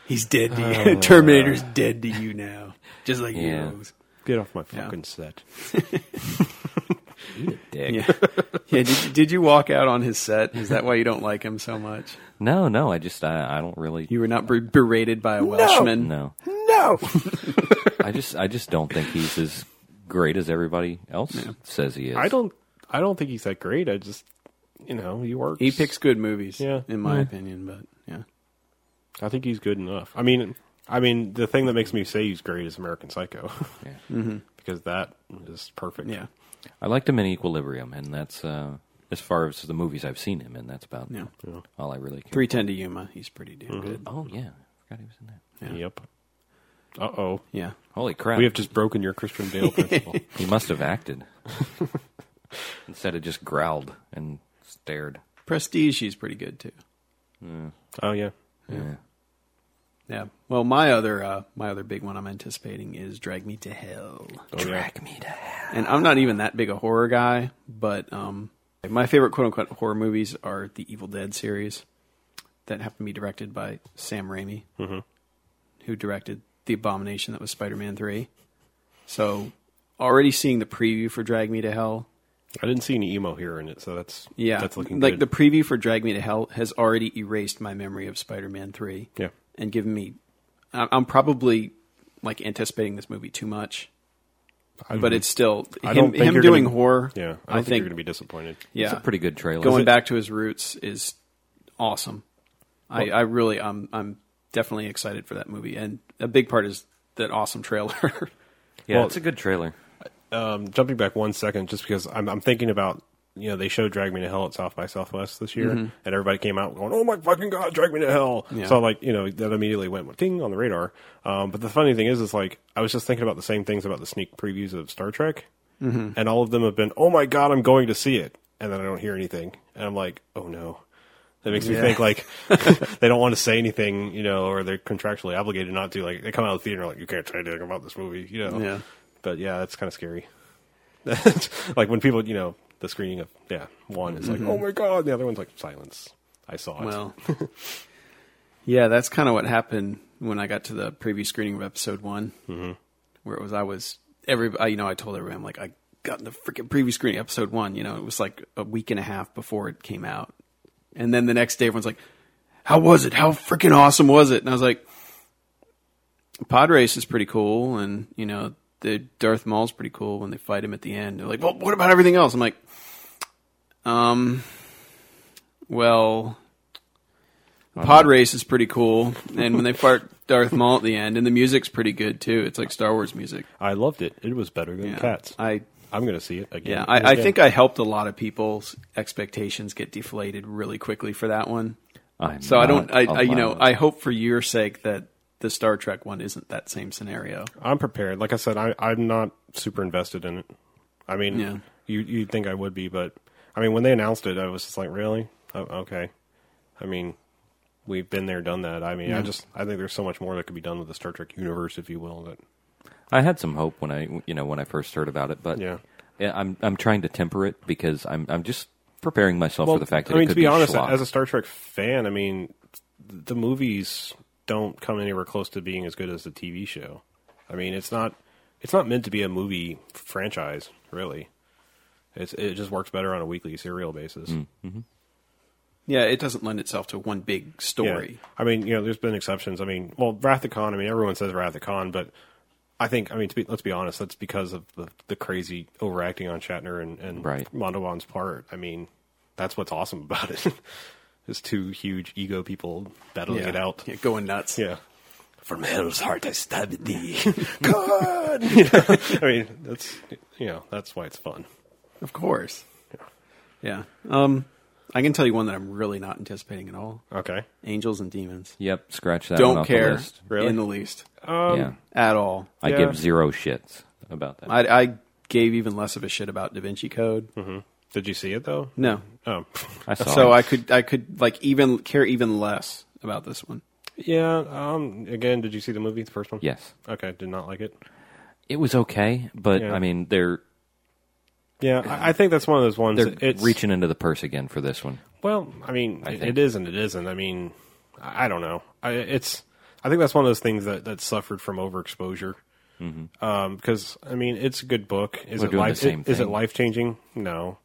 Speaker 3: he's dead. to you.
Speaker 2: Oh.
Speaker 3: Terminator's dead to you now, just like
Speaker 4: Yeah.
Speaker 3: Heroes.
Speaker 2: Get off my
Speaker 3: Yeah.
Speaker 2: fucking set.
Speaker 4: Dick.
Speaker 3: Yeah, yeah. Did, you- did you walk out on his set? Is that why you don't like him so much?
Speaker 4: No, no, I just, I, I don't really.
Speaker 3: You were not ber- berated by a Welshman.
Speaker 4: no.
Speaker 2: No.
Speaker 4: I just, I just don't think he's as great as everybody else says he is.
Speaker 2: I don't. I don't think he's that great. I just, you know, he works.
Speaker 3: He picks good movies,
Speaker 2: Yeah. Mm.
Speaker 3: in my opinion. But yeah,
Speaker 2: I think he's good enough. I mean, I mean, the thing that makes me say he's great is American Psycho,
Speaker 4: Yeah.
Speaker 2: because that is perfect.
Speaker 3: yeah,
Speaker 4: I liked him in Equilibrium, and that's uh, as far as the movies I've seen him in. That's about
Speaker 3: Yeah.
Speaker 4: all I really care.
Speaker 3: three ten to Yuma. He's pretty damn
Speaker 2: Mm-hmm.
Speaker 3: good.
Speaker 4: Oh yeah, I forgot he was in that.
Speaker 2: Yep. Uh oh.
Speaker 3: Yeah.
Speaker 4: Holy crap!
Speaker 2: We have just broken your Christian Bale principle.
Speaker 4: He must have acted instead of just growled and stared.
Speaker 3: Prestige, she's pretty good too.
Speaker 2: oh yeah.
Speaker 4: Yeah.
Speaker 3: Yeah. Well, my other uh, my other big one I'm anticipating is Drag Me to Hell,
Speaker 2: Oh, yeah.
Speaker 4: me to hell.
Speaker 3: and I'm not even that big a horror guy, but um, my favorite quote unquote horror movies are the Evil Dead series that happen to be directed by Sam Raimi,
Speaker 2: Mm-hmm.
Speaker 3: who directed the abomination that was Spider Man Three. So, already seeing the preview for Drag Me to Hell,
Speaker 2: I didn't see any emo here in it, so that's
Speaker 3: yeah,
Speaker 2: that's looking
Speaker 3: like
Speaker 2: good.
Speaker 3: the preview for Drag Me to Hell has already erased my memory of Spider Man Three.
Speaker 2: yeah,
Speaker 3: and given me I- I'm probably like anticipating this movie too much. but it's still
Speaker 2: Mm-hmm. I
Speaker 3: him,
Speaker 2: don't think
Speaker 3: him
Speaker 2: you're
Speaker 3: doing
Speaker 2: gonna-
Speaker 3: horror.
Speaker 2: yeah. I, don't
Speaker 3: I,
Speaker 2: think,
Speaker 3: think,
Speaker 2: you're going to be disappointed.
Speaker 3: yeah,
Speaker 4: It's a pretty good trailer.
Speaker 3: going
Speaker 4: Is it-
Speaker 3: back to his roots is awesome. I, I really I'm I'm definitely excited for that movie, and a big part is that awesome trailer.
Speaker 4: Yeah,
Speaker 2: well-
Speaker 4: it's a good trailer.
Speaker 2: Um, jumping back one second, just because I'm, I'm thinking about you know they showed Drag Me to Hell at South by Southwest this year, and everybody came out going, "Oh my fucking god, Drag Me to Hell!" So like you know that immediately went ding on the radar. Um, but the funny thing is, is like I was just thinking about the same things about the sneak previews of Star Trek, and all of them have been, "Oh my god, I'm going to see it," and then I don't hear anything, and I'm like, "Oh no." That makes me think like they don't want to say anything, you know, or they're contractually obligated not to. Like they come out of the theater like you can't say anything about this movie, you know.
Speaker 3: Yeah.
Speaker 2: But yeah, that's kind of scary. like when people, you know, the screening of yeah one is like oh my god, the other one's like silence. I saw it.
Speaker 3: Mm-hmm. well, yeah, that's kind of what happened when I got to the preview screening of episode one, where it was I was every I, you know I told everyone I'm like I got in the freaking preview screening of episode one. You know, it was like a week and a half before it came out, and then the next day everyone's like, "How was it? How freaking awesome was it?" And I was like, "Pod race is pretty cool, and you know." The Darth Maul's pretty cool when they fight him at the end. They're like, "Well, what about everything else?" I'm like, "Um, well, The pod race is pretty cool, and when they fart Darth Maul at the end, and the music's pretty good too. It's like Star Wars music.
Speaker 2: I loved it. It was better than
Speaker 3: Yeah.
Speaker 2: Cats. I,
Speaker 3: I
Speaker 2: am going to see it again.
Speaker 3: yeah,
Speaker 2: and
Speaker 3: I, I
Speaker 2: again.
Speaker 3: think I helped a lot of people's expectations get deflated really quickly for that one.
Speaker 4: I'm
Speaker 3: So I don't,
Speaker 4: not
Speaker 3: I, I you know,
Speaker 4: allowed.
Speaker 3: I hope for your sake that the Star Trek one isn't that same scenario.
Speaker 2: I'm prepared. Like I said, I, I'm not super invested in it. I mean,
Speaker 3: Yeah.
Speaker 2: you you think I would be, but I mean, when they announced it, I was just like, really? Oh, okay. I mean, we've been there, done that. I mean, I just I think there's so much more that could be done with the Star Trek universe, if you will. That
Speaker 4: I had some hope when I you know when I first heard about it, but
Speaker 2: Yeah.
Speaker 4: yeah, I'm I'm trying to temper it because I'm I'm just preparing myself for the fact that
Speaker 2: I mean,
Speaker 4: it could
Speaker 2: to be, honest,
Speaker 4: schlock.
Speaker 2: as a Star Trek fan, I mean, th- the movies don't come anywhere close to being as good as the TV show. I mean, it's not it's not meant to be a movie franchise, really. It's it just works better on a weekly serial basis.
Speaker 4: Hmm.
Speaker 3: Yeah, it doesn't lend itself to one big story.
Speaker 2: Yeah. I mean, you know, there's been exceptions. I mean, well, Wrath of Khan. I mean, everyone says Wrath of Khan, but I think, I mean, to be, let's be honest, that's because of the, the crazy overacting on Shatner and, and
Speaker 4: Right.
Speaker 2: Montalban's part. I mean, that's what's awesome about it. it's two huge ego people battling it out.
Speaker 3: Yeah, going nuts.
Speaker 2: Yeah.
Speaker 1: From hell's heart I stab thee.
Speaker 2: God! You know, I mean, that's, you know, that's why it's fun.
Speaker 3: Of course. Yeah. Um, I can tell you one that I'm really not anticipating at all.
Speaker 2: Okay.
Speaker 3: Angels and demons.
Speaker 4: yep, scratch that. one
Speaker 3: Don't
Speaker 4: off The
Speaker 3: care
Speaker 4: list.
Speaker 2: Really?
Speaker 3: in the least
Speaker 4: yeah,
Speaker 3: at all.
Speaker 2: Um,
Speaker 4: I
Speaker 2: yeah.
Speaker 4: give zero shits about that.
Speaker 3: I, I gave even less of a shit about Da Vinci Code.
Speaker 2: Mm-hmm. Did you see it, though?
Speaker 3: No,
Speaker 2: Oh.
Speaker 4: I saw
Speaker 3: so
Speaker 4: it.
Speaker 3: I could I could like even care even less about this one.
Speaker 2: Yeah. Um, again, did you see the movie, the first one?
Speaker 4: yes,
Speaker 2: Okay. Did not like it.
Speaker 4: it was okay, but
Speaker 2: Yeah.
Speaker 4: I mean they're
Speaker 2: Yeah, I, I think that's one of those ones.
Speaker 4: they're
Speaker 2: that it's
Speaker 4: reaching into the purse again for this one.
Speaker 2: Well, I mean, it-
Speaker 4: think.
Speaker 2: it is and it isn't. I mean, I I don't know. I, it's. I think that's one of those things that that suffered from overexposure. Because I mean, it's a good book. Is
Speaker 4: Mm-hmm. We're
Speaker 2: it
Speaker 4: doing the
Speaker 2: life?
Speaker 4: same
Speaker 2: is it
Speaker 4: thing.
Speaker 2: life changing? No.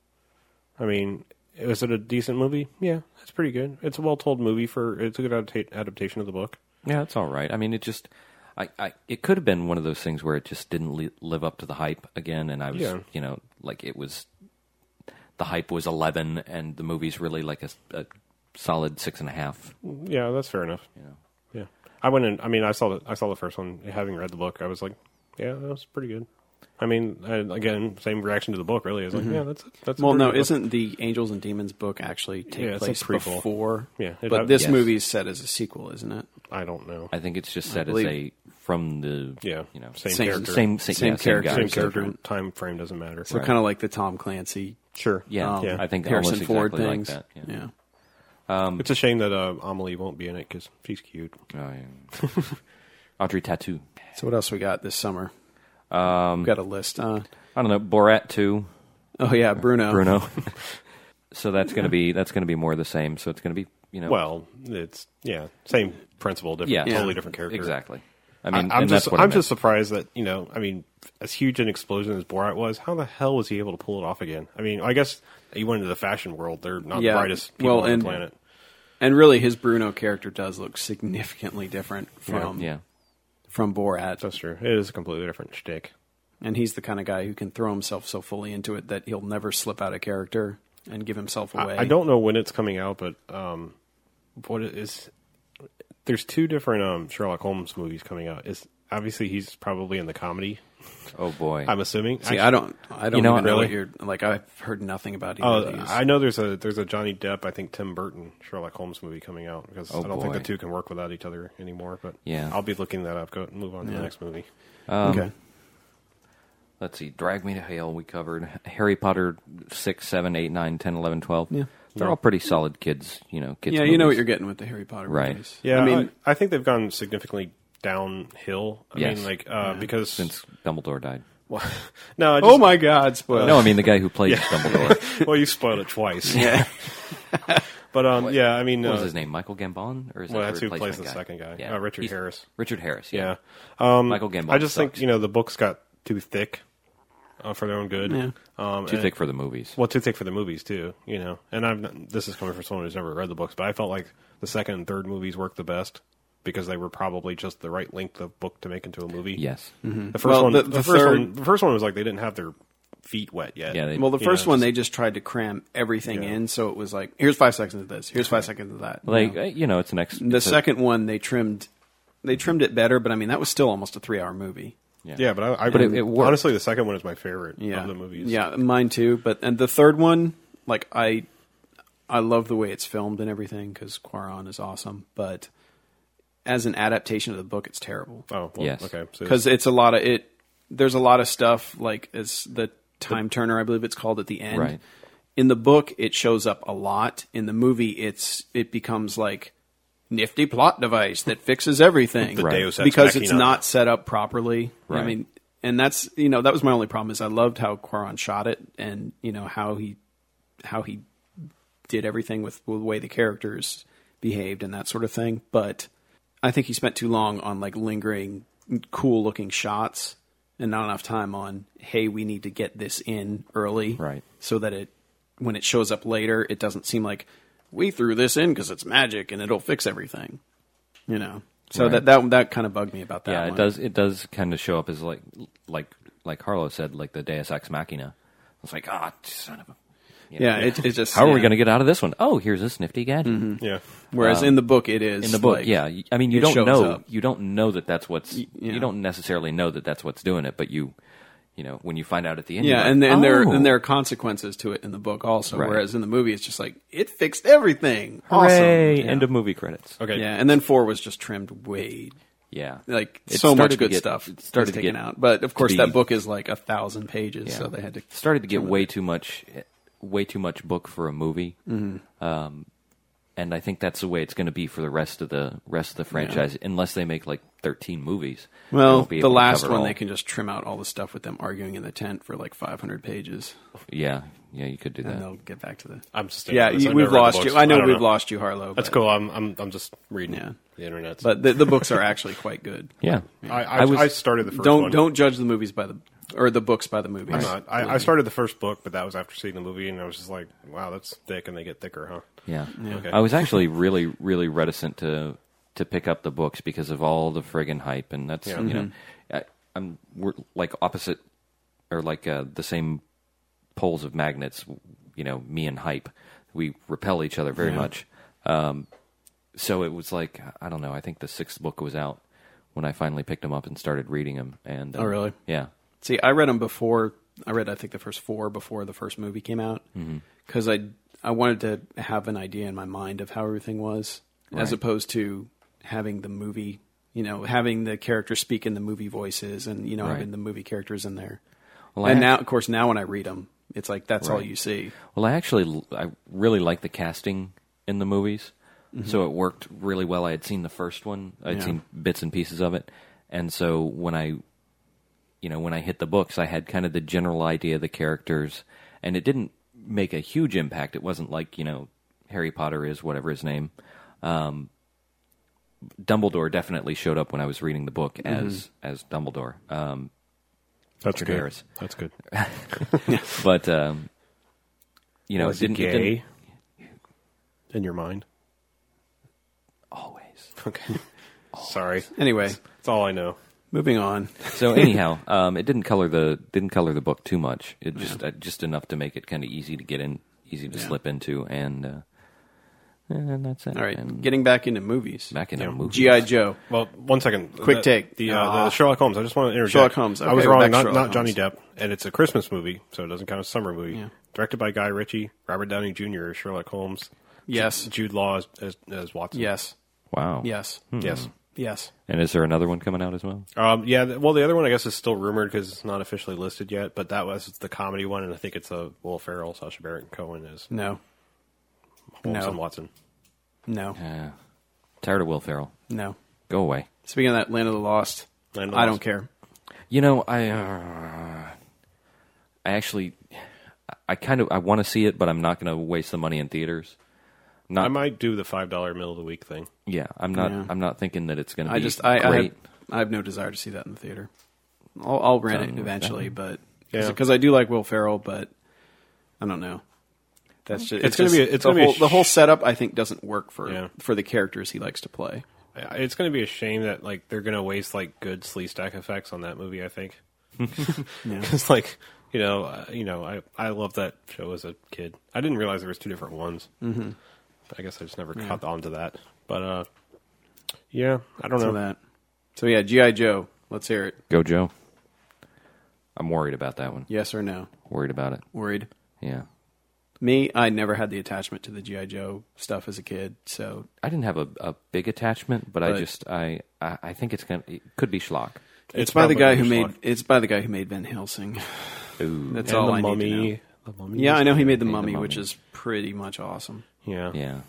Speaker 2: I mean, is it a decent movie? Yeah, it's pretty good. It's a well told movie for. It's a good adapta- adaptation of the book.
Speaker 4: Yeah, it's all right. I mean, it just, I, I, it could have been one of those things where it just didn't li- live up to the hype again, and I was,
Speaker 2: Yeah.
Speaker 4: you know, like it was, the hype was eleven, and the movie's really like a, s- a solid six and a half.
Speaker 2: Yeah, that's fair enough. Yeah. Yeah. I went in. I mean, I saw the I saw the first one. Having read the book, I was like, yeah, that was pretty good. I mean, I, again, same reaction to the book. Really, I was
Speaker 4: Mm-hmm.
Speaker 2: like, yeah, that's that's. a
Speaker 3: Well,
Speaker 2: pretty
Speaker 3: no,
Speaker 2: good book.
Speaker 3: isn't the Angels and Demons book actually take
Speaker 2: Yeah, it's a
Speaker 3: place
Speaker 2: prequel.
Speaker 3: before?
Speaker 2: Yeah, it-
Speaker 3: but this
Speaker 4: yes.
Speaker 3: movie is set as a sequel, isn't it?
Speaker 2: I don't know.
Speaker 4: I think it's just set as
Speaker 3: believe-
Speaker 4: a from the
Speaker 2: Yeah,
Speaker 4: you know
Speaker 2: same,
Speaker 3: same-
Speaker 2: character,
Speaker 4: same same,
Speaker 3: Same
Speaker 4: yeah,
Speaker 3: character.
Speaker 4: guy.
Speaker 2: same
Speaker 3: so
Speaker 2: character.
Speaker 3: different.
Speaker 2: Time frame doesn't matter.
Speaker 3: So kind of like the Tom Clancy,
Speaker 2: sure.
Speaker 4: Yeah,
Speaker 3: um,
Speaker 2: Yeah.
Speaker 4: I think
Speaker 3: Harrison
Speaker 4: almost
Speaker 3: Ford
Speaker 4: exactly
Speaker 3: things.
Speaker 4: like that. Yeah.
Speaker 3: yeah.
Speaker 2: it's a shame that uh, Amelie won't be in it because she's cute.
Speaker 4: Oh, yeah. Audrey Tattoo.
Speaker 3: So what else we got this summer? Um, got a list. Uh,
Speaker 4: I don't know Borat two.
Speaker 3: oh yeah, Bruno.
Speaker 4: Bruno. so that's gonna be that's gonna be more of the same. So it's gonna be you know
Speaker 2: Well, it's yeah, same principle, different,
Speaker 4: Yeah.
Speaker 2: totally
Speaker 3: Yeah.
Speaker 2: different character.
Speaker 4: Exactly. I mean,
Speaker 2: I, am
Speaker 4: and
Speaker 2: just
Speaker 4: that's what I
Speaker 2: I'm
Speaker 4: meant.
Speaker 2: just surprised that you know I mean as huge an explosion as Borat was, how the hell was he able to pull it off again? I mean, I guess he went into the fashion world. They're not
Speaker 3: Yeah,
Speaker 2: the brightest people
Speaker 3: well,
Speaker 2: on
Speaker 3: and-
Speaker 2: the planet.
Speaker 3: And really, his Bruno character does look significantly different from
Speaker 4: yeah.
Speaker 3: from Borat.
Speaker 2: That's true. It is a completely different shtick.
Speaker 3: And he's the kind of guy who can throw himself so fully into it that he'll never slip out of character and give himself away.
Speaker 2: I, I don't know when it's coming out, but um, what it is there's two different um, Sherlock Holmes movies coming out. Is obviously he's probably in the comedy.
Speaker 4: Oh boy.
Speaker 2: I'm assuming.
Speaker 3: See, I don't. I don't
Speaker 4: You know
Speaker 3: even
Speaker 4: what,
Speaker 3: know
Speaker 2: really?
Speaker 3: what you're like. I've heuld nothing about either of
Speaker 2: Uh,
Speaker 3: these.
Speaker 2: I know there's a there's a Johnny Depp, I think Tim Burton Sherlock Holmes movie coming out because I don't think
Speaker 4: Oh, boy.
Speaker 2: the two can work without each other anymore. But
Speaker 4: Yeah.
Speaker 2: I'll be looking that up. Go move on to the next movie.
Speaker 3: okay.
Speaker 4: Let's see. Drag Me to Hell. We covered Harry Potter six, seven, eight, nine, ten, eleven, twelve.
Speaker 3: Yeah.
Speaker 4: They're all pretty solid kids. You know. Kids
Speaker 3: Yeah, you know what
Speaker 4: movies.
Speaker 3: you're getting with the Harry Potter
Speaker 4: Right.
Speaker 3: movies.
Speaker 2: Yeah,
Speaker 3: I mean,
Speaker 2: I, think they've gone significantly downhill. I
Speaker 4: Yes.
Speaker 2: mean, like uh, because
Speaker 4: since Dumbledore died.
Speaker 2: well, no, I just,
Speaker 3: oh my God,
Speaker 2: Uh,
Speaker 3: spoiler!
Speaker 4: No, I mean the guy who plays Dumbledore.
Speaker 2: well, you spoiled it twice. Yeah, but um, yeah, I mean,
Speaker 4: What was
Speaker 2: uh,
Speaker 4: his name? Michael Gambon, or is
Speaker 2: Well,
Speaker 4: that
Speaker 2: that's
Speaker 4: the
Speaker 2: who plays the
Speaker 4: replacement
Speaker 2: second guy.
Speaker 4: Yeah.
Speaker 2: Uh, Richard
Speaker 4: He's-
Speaker 2: Harris.
Speaker 4: Richard Harris.
Speaker 2: Yeah.
Speaker 4: Yeah. Michael Gambon.
Speaker 2: I just think
Speaker 4: sucks.
Speaker 2: you know the books got too thick uh, for their own good.
Speaker 3: Yeah.
Speaker 2: Um,
Speaker 4: too
Speaker 2: and-
Speaker 4: thick for the movies.
Speaker 2: Well, too thick for the movies too. You know, and I'm not, this is coming from someone who's never read the books, but I felt like the second and third movies worked the best because they were probably just the right length of book to make into a movie.
Speaker 4: yes.
Speaker 2: The first
Speaker 3: Mm-hmm. Well,
Speaker 2: one,
Speaker 3: the-
Speaker 2: the,
Speaker 3: the
Speaker 2: first
Speaker 3: third-
Speaker 2: one, the first one was like they didn't have their feet wet yet.
Speaker 4: Yeah, they-
Speaker 3: Well, the
Speaker 2: You
Speaker 3: first
Speaker 2: know,
Speaker 3: one
Speaker 2: just-
Speaker 3: they just tried to cram everything
Speaker 2: Yeah.
Speaker 3: in, so it was like here's five seconds of this, here's five seconds of that. you
Speaker 4: Like
Speaker 3: know.
Speaker 4: uh, you know, it's an ex.
Speaker 3: the
Speaker 4: it's a-
Speaker 3: second one they trimmed, they trimmed it better, but I mean that was still almost a three hour movie.
Speaker 2: yeah, but I, I
Speaker 4: But it- it worked.
Speaker 2: honestly, the second one is my favorite
Speaker 3: yeah.
Speaker 2: of the movies.
Speaker 3: Yeah, mine too. But and the third one, like I, I love the way it's filmed and everything because Quaron is awesome. But as an adaptation of the book, it's terrible
Speaker 2: Oh, well,
Speaker 4: Yes.
Speaker 2: okay. So
Speaker 3: because it's a lot of it. There's a lot of stuff like it's the time turner, I believe it's called at the end.
Speaker 4: Right.
Speaker 3: In the book, it shows up a lot. In the movie, it's it becomes like nifty plot device that fixes everything
Speaker 2: The Right. Deus Ex
Speaker 3: because it's
Speaker 2: Machina.
Speaker 3: not set up properly. I
Speaker 4: Right.
Speaker 3: mean, and that's you know that was my only problem is I loved how Quaron shot it and you know how he how he did everything with the way the characters behaved and that sort of thing. But I think he spent too long on like lingering, cool looking shots and not enough time on, hey, we need to get this in early.
Speaker 4: Right.
Speaker 3: So that it, when it shows up later, it doesn't seem like we threw this in because it's magic and it'll fix everything. You know? So that, that, that kind of bugged me about that.
Speaker 4: yeah, it
Speaker 3: one.
Speaker 4: does. It does kind of show up as like like like Harlow said, like the Deus Ex Machina. It's like ah, son of a.
Speaker 3: Yeah. It, it just,
Speaker 4: How are we
Speaker 3: yeah.
Speaker 4: going to get out of this one? Oh, here's this nifty gadget.
Speaker 2: yeah,
Speaker 3: Whereas in the book, it is
Speaker 4: um, in the book
Speaker 3: Mm-hmm. like-
Speaker 4: yeah You- i mean you
Speaker 3: it
Speaker 4: don't
Speaker 3: shows
Speaker 4: know
Speaker 3: up.
Speaker 4: you don't know that that's what's
Speaker 3: yeah.
Speaker 4: you don't necessarily know that that's what's doing it but you you know when you find out at the end
Speaker 3: Yeah,
Speaker 4: you're like,
Speaker 3: and, and there
Speaker 4: "Oh,
Speaker 3: and there are consequences to it in the book also.
Speaker 4: Right.
Speaker 3: Whereas in the movie, it's just like it fixed everything.
Speaker 4: hooray,
Speaker 3: awesome.
Speaker 4: end
Speaker 3: yeah.
Speaker 4: of movie credits
Speaker 2: okay.
Speaker 3: Yeah, and then four was just trimmed way
Speaker 4: yeah
Speaker 3: like
Speaker 4: It
Speaker 3: so
Speaker 4: started
Speaker 3: much
Speaker 4: to
Speaker 3: good
Speaker 4: get-
Speaker 3: stuff
Speaker 4: it
Speaker 3: started
Speaker 4: started
Speaker 3: was
Speaker 4: to
Speaker 3: taken
Speaker 4: get-
Speaker 3: out. But of course,
Speaker 4: be-
Speaker 3: that book is like a thousand pages, so they had to.
Speaker 4: started to get way too much eh, way too much book for a movie um,
Speaker 3: Mm-hmm.
Speaker 4: and i think that's the way it's going to be for the rest of the rest of the franchise unless they make like 13 movies They
Speaker 3: Well,
Speaker 4: won't be
Speaker 3: the
Speaker 4: able to
Speaker 3: last
Speaker 4: cover
Speaker 3: one
Speaker 4: all.
Speaker 3: they can just trim out all the stuff with them arguing in the tent for like 500 pages,
Speaker 4: yeah yeah you could do
Speaker 3: and
Speaker 4: that
Speaker 3: they'll get back to the.
Speaker 2: I'm just
Speaker 3: yeah,
Speaker 2: I've
Speaker 3: you,
Speaker 2: never
Speaker 3: we've
Speaker 2: read the
Speaker 3: lost
Speaker 2: books.
Speaker 3: you. I know
Speaker 2: don't
Speaker 3: we've lost you, Harlow.
Speaker 2: That's
Speaker 3: but,
Speaker 2: cool. I'm I'm I'm just reading
Speaker 3: Yeah.
Speaker 2: the internet.
Speaker 3: But the, the books are actually quite good.
Speaker 4: yeah
Speaker 2: I I,
Speaker 4: I was-
Speaker 2: I started the 1st
Speaker 3: don't
Speaker 2: one.
Speaker 3: don't judge the movies by the or the books by the movies.
Speaker 2: I'm not. I, I started the first book, but that was after seeing the movie, and I was just like, "Wow, that's thick," and they get thicker, huh?
Speaker 4: Yeah.
Speaker 2: Okay.
Speaker 4: I was actually really, really reticent to to pick up the books because of all the friggin' hype, and that's
Speaker 2: Yeah.
Speaker 4: you know, I, I'm we're like opposite or like uh, the same poles of magnets. You know, me and hype, we repel each other very much. Um, so it was like I don't know. I think the sixth book was out when I finally picked them up and started reading them. And uh,
Speaker 3: Oh, really?
Speaker 4: Yeah.
Speaker 3: See, I read them before. I read, I think, the first four before the first movie came out
Speaker 4: Mm-hmm.
Speaker 3: because I I wanted to have an idea in my mind of how everything was, as opposed to having the movie, you know, having the characters speak in the movie voices and you know
Speaker 4: Right.
Speaker 3: having the movie characters in there.
Speaker 4: Well, I
Speaker 3: and
Speaker 4: ac-
Speaker 3: now, of course, now when I read them, it's like that's all
Speaker 4: Right.
Speaker 3: you see.
Speaker 4: Well, I actually l- I really like the casting in the movies,
Speaker 2: Mm-hmm.
Speaker 4: so it worked really well. I had seen the first one, I'd
Speaker 3: Yeah.
Speaker 4: seen bits and pieces of it, and so when I, you know, when I hit the books, I had kind of the general idea of the characters, and it didn't make a huge impact. It wasn't like you know Harry Potter is whatever his name. Um, Dumbledore definitely showed up when I was reading the book as
Speaker 2: Mm-hmm.
Speaker 4: as Dumbledore. Um,
Speaker 2: That's
Speaker 4: good. Harris.
Speaker 2: That's good.
Speaker 4: but um, you know,
Speaker 2: Was
Speaker 4: it
Speaker 2: it
Speaker 4: didn't, it didn't
Speaker 2: gay in your mind?
Speaker 4: always.
Speaker 2: Okay. Sorry,
Speaker 3: Anyway,
Speaker 2: that's all I know.
Speaker 3: moving on.
Speaker 4: So anyhow, um, it didn't color the didn't color the book too much. It just uh, just enough to make it kind of easy to get in, easy to slip into, and uh, and that's it.
Speaker 3: All right,
Speaker 4: and
Speaker 3: getting back into movies.
Speaker 4: back in a movie.
Speaker 3: GI Joe.
Speaker 2: Well, one second.
Speaker 3: Quick
Speaker 2: The-
Speaker 3: take.
Speaker 2: The, uh,
Speaker 3: Ah.
Speaker 2: the Sherlock Holmes. I just want to interject.
Speaker 3: Sherlock Holmes.
Speaker 2: I was
Speaker 3: Okay, we're
Speaker 2: wrong.
Speaker 3: back to
Speaker 2: Not,
Speaker 3: Sherlock
Speaker 2: not Johnny
Speaker 3: Holmes.
Speaker 2: Depp, and it's a Christmas movie, so it doesn't count as a summer movie.
Speaker 3: Yeah.
Speaker 2: Directed by Guy Ritchie, Robert Downey Jr. as Sherlock Holmes.
Speaker 3: Yes.
Speaker 2: Jude Law as, as, as Watson.
Speaker 3: Yes.
Speaker 4: Wow.
Speaker 3: Yes.
Speaker 4: Hmm.
Speaker 2: Yes.
Speaker 3: Yes.
Speaker 4: And is there another one coming out as well?
Speaker 2: Um, yeah. th- Well, the other one I guess is still rumored because it's not officially listed yet, but that was the comedy one, and I think it's a Will Ferrell, Sasha Baron Cohen as
Speaker 3: No.
Speaker 2: Holmes
Speaker 3: No.
Speaker 2: and Watson.
Speaker 3: No.
Speaker 4: Uh, tired of Will Ferrell.
Speaker 3: No.
Speaker 4: Go away.
Speaker 3: Speaking of that, Land of the Lost,
Speaker 2: Land of the
Speaker 3: I
Speaker 2: Lost.
Speaker 3: don't care.
Speaker 4: You know, I uh, I actually I kind of I want to see it, but I'm not going to waste the money in theaters.
Speaker 2: I
Speaker 4: Not
Speaker 2: might do the five dollar middle of the week thing.
Speaker 4: yeah. I'm not
Speaker 3: Yeah.
Speaker 4: I'm not thinking that it's going to be
Speaker 3: I just I I
Speaker 4: great.
Speaker 3: have, I have no desire to see that in the theater. I'll, I'll rent it eventually, but
Speaker 2: Yeah.
Speaker 3: because I do like Will Ferrell, but I don't know. That's just
Speaker 2: It's gonna
Speaker 3: just-
Speaker 2: be a- it's
Speaker 3: the
Speaker 2: gonna be a
Speaker 3: whole, the whole
Speaker 2: sh-
Speaker 3: setup. I think doesn't work for
Speaker 2: Yeah.
Speaker 3: for the characters he likes to play.
Speaker 2: I- It's going to be a shame that like they're going to waste like good Slee Stack effects on that movie. I think
Speaker 3: Yeah.
Speaker 2: it's like You know, uh, you know, I I loved that show as a kid. I didn't realize there was two different ones. Mm-hmm. I guess I just never caught on to that. But uh, yeah, I don't
Speaker 3: So
Speaker 2: know.
Speaker 3: that. So yeah, GI Joe. Let's hear it.
Speaker 4: Go Joe. I'm worried about that one.
Speaker 3: Yes or no?
Speaker 4: Worried about it.
Speaker 3: Worried.
Speaker 4: Yeah.
Speaker 3: Me, I never had the attachment to the GI Joe stuff as a kid. So
Speaker 4: I didn't have a, a big attachment, but I
Speaker 3: Right.
Speaker 4: just I, I I think it's gonna it could be schlock.
Speaker 3: it's, by
Speaker 2: probably
Speaker 3: the guy who
Speaker 2: Schlock.
Speaker 3: made it's by the guy who made Van Helsing. That's
Speaker 2: And
Speaker 3: all
Speaker 2: the
Speaker 3: I
Speaker 2: mummy.
Speaker 3: need to know.
Speaker 2: The mummy.
Speaker 3: Yeah,
Speaker 2: was-
Speaker 3: I know he made the
Speaker 4: made The
Speaker 3: mummy, which
Speaker 4: Mummy.
Speaker 3: is pretty much awesome.
Speaker 2: Yeah,
Speaker 4: Yeah.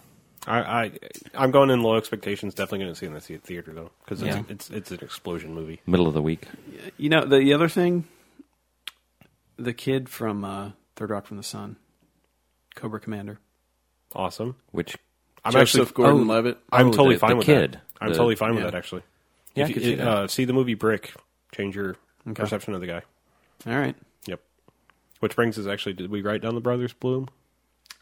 Speaker 2: I, I I'm going in low expectations. Definitely going to see it in the thea- theater though, because
Speaker 4: Yeah.
Speaker 2: it's, it's it's an explosion movie.
Speaker 4: Middle of the week.
Speaker 3: You know the, the other thing, the kid from uh, Third Rock from the Sun, Cobra Commander,
Speaker 2: Awesome.
Speaker 4: Which
Speaker 2: I'm
Speaker 3: Joseph
Speaker 2: actually
Speaker 3: Gordon Levitt.
Speaker 2: I'm
Speaker 4: Oh,
Speaker 2: totally
Speaker 4: the-
Speaker 2: fine
Speaker 4: the
Speaker 2: with
Speaker 4: kid.
Speaker 2: that. I'm
Speaker 4: The-
Speaker 2: totally fine with
Speaker 3: yeah.
Speaker 2: that actually.
Speaker 4: Yeah, I
Speaker 2: If
Speaker 4: could
Speaker 2: you-
Speaker 4: see that.
Speaker 2: Uh, see the movie Brick. Change your perception of the guy.
Speaker 3: Oh, All right,
Speaker 2: Yep. Which brings us actually, did we write down the Brothers Bloom?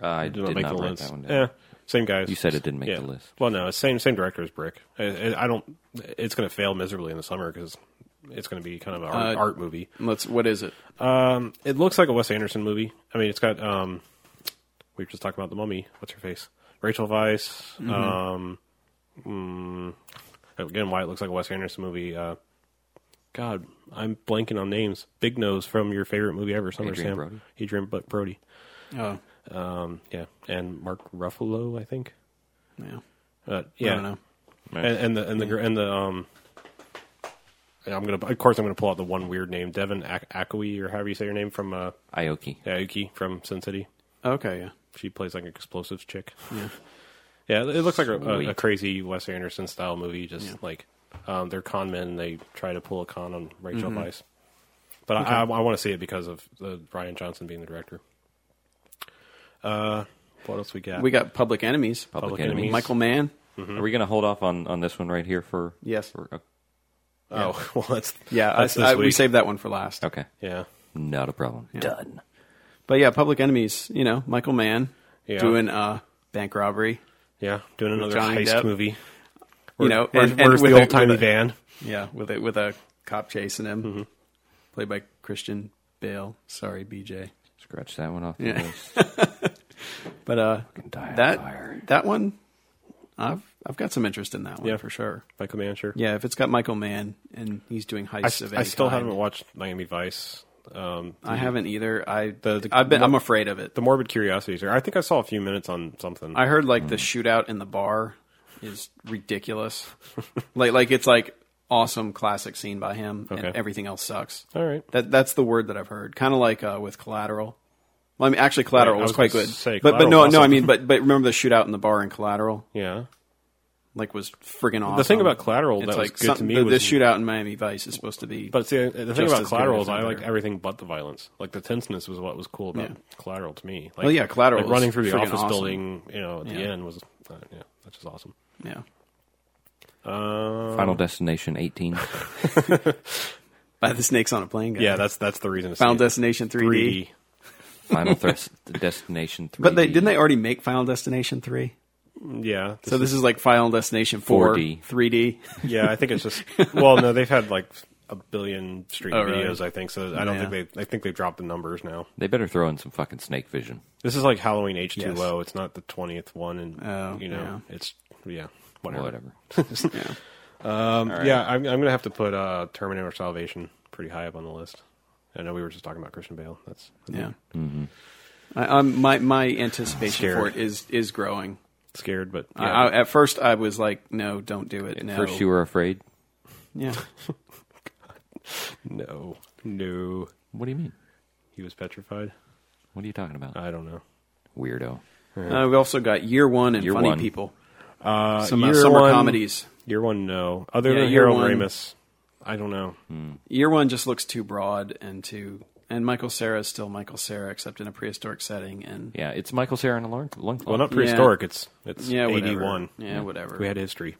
Speaker 4: uh, I
Speaker 2: Did
Speaker 4: did
Speaker 2: not
Speaker 4: not,
Speaker 2: make the
Speaker 4: write
Speaker 2: list.
Speaker 4: that one down.
Speaker 2: Yeah, same guys.
Speaker 4: You said it didn't make
Speaker 2: Yeah.
Speaker 4: the list.
Speaker 2: Well, no, same same director as Brick. I, I I don't. It's going to fail miserably in the summer because it's going to be kind of an art,
Speaker 3: Uh,
Speaker 2: art movie.
Speaker 3: let's. What is it?
Speaker 2: Um, it looks like a Wes Anderson movie. I mean, it's got um, we were just talking about the Mummy. What's her face? Rachel Weisz.
Speaker 3: Mm-hmm.
Speaker 2: Um, mm, again, why it looks like a Wes Anderson movie. Uh, God, I'm blanking on names. Big Nose from your favorite movie ever, Summer
Speaker 4: Adrian
Speaker 2: Sam.
Speaker 4: Brody?
Speaker 2: Adrian Bu- Brody.
Speaker 3: Oh,
Speaker 2: Um, yeah, and Mark Ruffalo, I think.
Speaker 3: yeah.
Speaker 2: But yeah,
Speaker 3: I don't know.
Speaker 2: And, and the and the gr- and the um, yeah, I'm gonna of course I'm gonna pull out the one weird name, Devin Ak- Akui or however you say your name from uh,
Speaker 4: Aoki.
Speaker 2: Aoki from Sin City.
Speaker 3: Okay, yeah.
Speaker 2: She plays like an explosives chick. Yeah, it it looks like a, a, a
Speaker 4: Sweet.
Speaker 2: crazy Wes Anderson style movie. Just like um, they're con men, and they try to pull a con on Rachel Weisz. But I, I, want to see it because of the Ryan Johnson being the director. Uh, what else we got?
Speaker 3: We got Public Enemies.
Speaker 4: Public,
Speaker 2: Public
Speaker 4: Enemies.
Speaker 2: Enemies.
Speaker 3: Michael Mann.
Speaker 2: Mm-hmm.
Speaker 4: Are we going to hold off on, on this one right here for?
Speaker 3: Yes.
Speaker 4: For, oh,
Speaker 2: oh, well, that's
Speaker 3: Yeah, I,
Speaker 2: that's this
Speaker 3: I- we
Speaker 2: week.
Speaker 3: saved that one for last.
Speaker 4: okay.
Speaker 2: yeah.
Speaker 4: Not a problem.
Speaker 5: Done.
Speaker 3: But yeah, Public Enemies. You know, Michael Mann
Speaker 2: Yeah.
Speaker 3: doing uh, bank robbery.
Speaker 2: Yeah, doing another
Speaker 3: Johnny
Speaker 2: heist
Speaker 3: Depp.
Speaker 2: movie.
Speaker 3: You know,
Speaker 2: where's,
Speaker 3: and- and
Speaker 2: where's
Speaker 3: with
Speaker 2: the
Speaker 3: a-
Speaker 2: old timey
Speaker 3: with a-
Speaker 2: van? Mm-hmm.
Speaker 3: Yeah, with a with a cop chasing him, played by Christian Bale. Sorry, BJ.
Speaker 4: Scratch that one off the
Speaker 3: Yeah.
Speaker 4: list.
Speaker 3: But uh,
Speaker 4: die of
Speaker 3: that
Speaker 4: fire.
Speaker 3: that one, I've I've got some interest in that one
Speaker 2: Yeah.
Speaker 3: for sure.
Speaker 2: Michael Mann, sure.
Speaker 3: Yeah, if it's got Michael Mann and he's doing
Speaker 2: I,
Speaker 3: heists
Speaker 2: s-
Speaker 3: of
Speaker 2: I
Speaker 3: any
Speaker 2: still
Speaker 3: kind.
Speaker 2: haven't watched Miami Vice. Um,
Speaker 3: I haven't either. I
Speaker 2: The- the-
Speaker 3: I've been
Speaker 2: the-
Speaker 3: I'm afraid of it.
Speaker 2: the morbid curiosities. Are, I think I saw a few minutes on something.
Speaker 3: I heard like the shootout in the bar is ridiculous. like like it's like awesome classic scene by him, and
Speaker 2: Okay.
Speaker 3: everything else sucks.
Speaker 2: All right.
Speaker 3: That that's the word that I've heard. Kind of like uh, with Collateral. Well, I mean, actually, Collateral
Speaker 2: Right, I
Speaker 3: was,
Speaker 2: was
Speaker 3: quite
Speaker 2: gonna
Speaker 3: good.
Speaker 2: say,
Speaker 3: but but
Speaker 2: Collateral
Speaker 3: no
Speaker 2: was
Speaker 3: no I
Speaker 2: awesome.
Speaker 3: mean but but remember the shootout in the bar in Collateral
Speaker 2: Yeah.
Speaker 3: like was friggin' awesome.
Speaker 2: thing about Collateral
Speaker 3: Um, it's
Speaker 2: that was
Speaker 3: like
Speaker 2: good
Speaker 3: some-
Speaker 2: to me
Speaker 3: The,
Speaker 2: was-
Speaker 3: the shootout in Miami Vice is supposed to be.
Speaker 2: But see, the thing
Speaker 3: Just
Speaker 2: about
Speaker 3: as
Speaker 2: collateral
Speaker 3: good,
Speaker 2: is
Speaker 3: if
Speaker 2: I
Speaker 3: not
Speaker 2: like
Speaker 3: better.
Speaker 2: everything but the violence. Like the tenseness was what was cool about
Speaker 3: Yeah.
Speaker 2: collateral to me. Like,
Speaker 3: Well, yeah, Collateral
Speaker 2: Like running
Speaker 3: was
Speaker 2: through the
Speaker 3: friggin'
Speaker 2: office
Speaker 3: awesome.
Speaker 2: building, you know, at the
Speaker 3: Yeah.
Speaker 2: end was uh, yeah, that's just awesome.
Speaker 3: yeah,
Speaker 2: Um,
Speaker 4: Final Destination 18.
Speaker 3: by the snakes on a plane. Guy.
Speaker 2: yeah, that's that's the reason. to see
Speaker 3: Final
Speaker 2: it.
Speaker 3: Destination
Speaker 2: 3D.
Speaker 3: 3D.
Speaker 4: Final Thres- Destination 3.
Speaker 3: But they didn't they already make Final Destination three?
Speaker 2: Yeah.
Speaker 3: So this is like Final Destination four,
Speaker 4: 4D.
Speaker 3: 3D.
Speaker 2: Yeah, I think it's just. well, no, they've had like a billion street
Speaker 3: Oh, really?
Speaker 2: videos. I think so. I don't
Speaker 3: Yeah.
Speaker 2: think they. I think they've dropped the numbers now.
Speaker 4: They better throw in some fucking snake vision.
Speaker 2: This is like Halloween H two O. It's not the twentieth one, and
Speaker 3: Oh,
Speaker 2: you know, it's yeah, whatever. Oh.
Speaker 4: Whatever.
Speaker 2: Um, Yeah, I'm, I'm gonna have to put uh, Terminator Salvation pretty high up on the list. I know we were just talking about Christian Bale. That's
Speaker 3: Yeah. Mm-hmm. I, I'm my my anticipation
Speaker 2: Scared.
Speaker 3: for it is is growing.
Speaker 2: scared, but
Speaker 3: I-
Speaker 2: yeah,
Speaker 3: I, at first, I was like, "No, don't do it." No.
Speaker 4: First, you were afraid.
Speaker 3: Yeah.
Speaker 2: no, no,
Speaker 4: What do you mean?
Speaker 2: he was petrified.
Speaker 4: What are you talking about?
Speaker 2: I don't know.
Speaker 4: Weirdo.
Speaker 3: Uh, we also got Year One and
Speaker 4: Year
Speaker 3: Funny
Speaker 4: One.
Speaker 3: People.
Speaker 2: Uh,
Speaker 3: Some uh, summer comedies.
Speaker 2: Year one, no. Other
Speaker 3: Yeah,
Speaker 2: than
Speaker 3: year
Speaker 2: Harold
Speaker 3: one-
Speaker 2: Ramis, I don't know.
Speaker 3: Year One just looks too broad and too. And Michael Sarah is still Michael Sarah, except in a prehistoric setting. And
Speaker 4: Yeah, it's Michael Sarah and a lung, lung
Speaker 2: Well, not
Speaker 3: Yeah.
Speaker 2: prehistoric. It's it's
Speaker 3: yeah, whatever.
Speaker 2: eighty one.
Speaker 3: Yeah, whatever.
Speaker 2: We had history.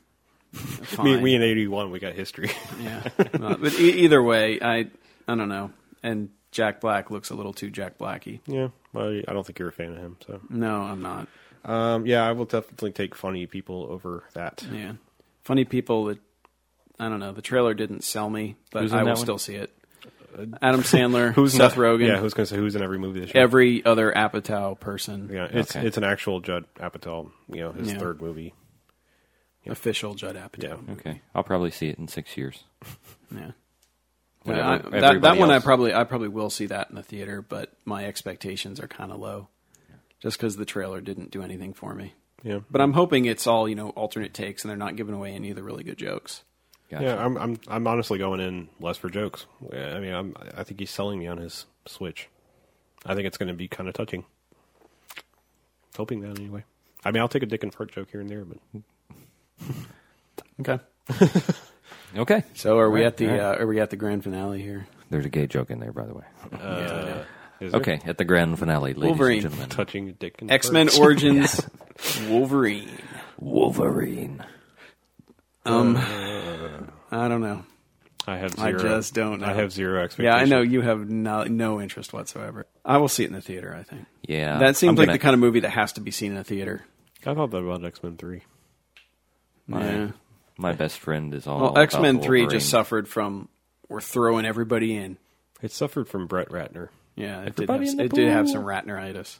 Speaker 3: Fine.
Speaker 2: Me, we in eighty one, we got history.
Speaker 3: Yeah, No, but e- either way, I I don't know. And Jack Black looks a little too Jack Blacky.
Speaker 2: yeah, well, I don't think you're a fan of him. So,
Speaker 3: No, I'm not.
Speaker 2: um, yeah, I will definitely take funny people over that.
Speaker 3: Yeah, funny people. That I don't know. The trailer didn't sell me, but
Speaker 4: Who's in
Speaker 3: I
Speaker 4: that
Speaker 3: will
Speaker 4: one?
Speaker 3: still see it. Adam Sandler,
Speaker 2: Who's
Speaker 3: Seth
Speaker 2: not-
Speaker 3: Rogen,
Speaker 2: Yeah, who's going to say who's in every movie this year?
Speaker 3: every other Apatow person,
Speaker 2: yeah, it's
Speaker 4: Okay.
Speaker 2: it's an actual Judd Apatow. You know, his
Speaker 3: Yeah.
Speaker 2: third movie.
Speaker 3: official Judd Apatow.
Speaker 2: Yeah.
Speaker 4: Okay, I'll probably see it in six years.
Speaker 3: Yeah.
Speaker 4: When
Speaker 3: Yeah, I-
Speaker 4: every-
Speaker 3: that that
Speaker 4: everybody
Speaker 3: one I
Speaker 4: else-
Speaker 3: probably I probably will see that in the theater, but my expectations are kind of low, just because the trailer didn't do anything for me.
Speaker 2: Yeah,
Speaker 3: But I'm hoping it's all you know alternate takes, and they're not giving away any of the really good jokes.
Speaker 4: Gotcha.
Speaker 2: yeah. I'm I'm I'm honestly going in less for jokes. Yeah, I mean, I'm I think he's selling me on his Switch. I think it's going to be kind of touching. Hoping that anyway. I mean, I'll take a dick and fart joke here and there, but
Speaker 3: Okay.
Speaker 4: Okay,
Speaker 3: So are we
Speaker 4: Right,
Speaker 3: at the
Speaker 4: right.
Speaker 3: uh, are we at the grand finale here?
Speaker 4: there's a gay joke in there, by the way.
Speaker 2: is there
Speaker 4: Okay, at the grand finale, ladies
Speaker 3: Wolverine.
Speaker 4: and gentlemen,
Speaker 2: touching a dick and
Speaker 3: X Men
Speaker 2: farts.
Speaker 3: Origins Wolverine.
Speaker 5: Wolverine.
Speaker 3: Um, I don't know.
Speaker 2: I have
Speaker 3: I
Speaker 2: zero.
Speaker 3: just don't know.
Speaker 2: I have zero
Speaker 3: Yeah,
Speaker 2: expectations.
Speaker 3: I know you have no, no interest whatsoever. I will see it in the theater. I think.
Speaker 4: Yeah,
Speaker 3: that seems
Speaker 4: I'm
Speaker 3: like
Speaker 4: gonna-
Speaker 3: the kind of movie that has to be seen in a theater.
Speaker 2: I thought that about X Men Three.
Speaker 3: Yeah.
Speaker 4: my best friend is all.
Speaker 3: Well,
Speaker 4: about
Speaker 3: X Men Three
Speaker 4: Wolverine.
Speaker 3: just suffered from we're throwing everybody in.
Speaker 2: It suffered from Brett Ratner.
Speaker 3: Yeah, it did have,
Speaker 2: Everybody in the
Speaker 3: it did have
Speaker 2: pool.
Speaker 3: some Ratneritis.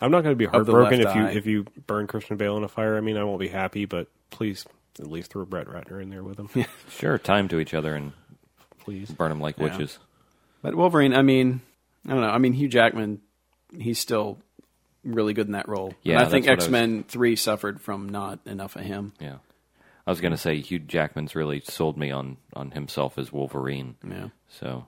Speaker 2: I'm not going to be
Speaker 3: the
Speaker 2: heartbroken
Speaker 3: left
Speaker 2: if you
Speaker 3: eye.
Speaker 2: if you burn Christian Bale in a fire. I mean, I won't be happy, but please at least throw Brett Ratner in there with him.
Speaker 4: sure time to each other and
Speaker 2: please.
Speaker 4: burn them like witches.
Speaker 3: But Wolverine, I mean, I don't know. I mean, Hugh Jackman, he's still really good in that role.
Speaker 4: Yeah,
Speaker 3: and I think
Speaker 4: that's what I was-
Speaker 3: X Men Three suffered from not enough of him.
Speaker 4: Yeah, I was gonna say Hugh Jackman's really sold me on on himself as Wolverine.
Speaker 3: Yeah.
Speaker 4: So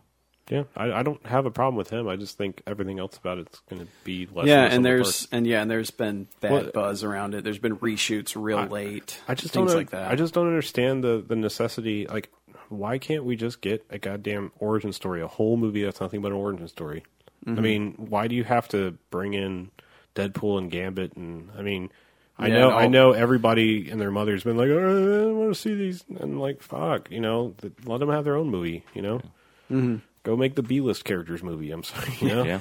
Speaker 2: Yeah, I, I don't have a problem with him. I just think everything else about it's going to be less.
Speaker 3: yeah,
Speaker 2: than some
Speaker 3: and
Speaker 2: of the
Speaker 3: there's
Speaker 2: parts.
Speaker 3: and yeah, and there's been bad
Speaker 2: Well,
Speaker 3: buzz around it. There's been reshoots real late.
Speaker 2: I just
Speaker 3: things
Speaker 2: don't
Speaker 3: like that.
Speaker 2: I just don't understand the the necessity. Like, why can't we just get a goddamn origin story? A whole movie that's nothing but an origin story.
Speaker 3: Mm-hmm.
Speaker 2: I mean, why do you have to bring in Deadpool and Gambit? And I mean. I
Speaker 3: Yeah,
Speaker 2: know,
Speaker 3: and
Speaker 2: I
Speaker 3: all-
Speaker 2: know. Everybody and their mother's been like, oh, "I want to see these," and like, "Fuck," you know. th- Let them have their own movie, you know.
Speaker 3: Mm-hmm.
Speaker 2: Go make the B list characters movie. I'm sorry, you know.
Speaker 4: Yeah.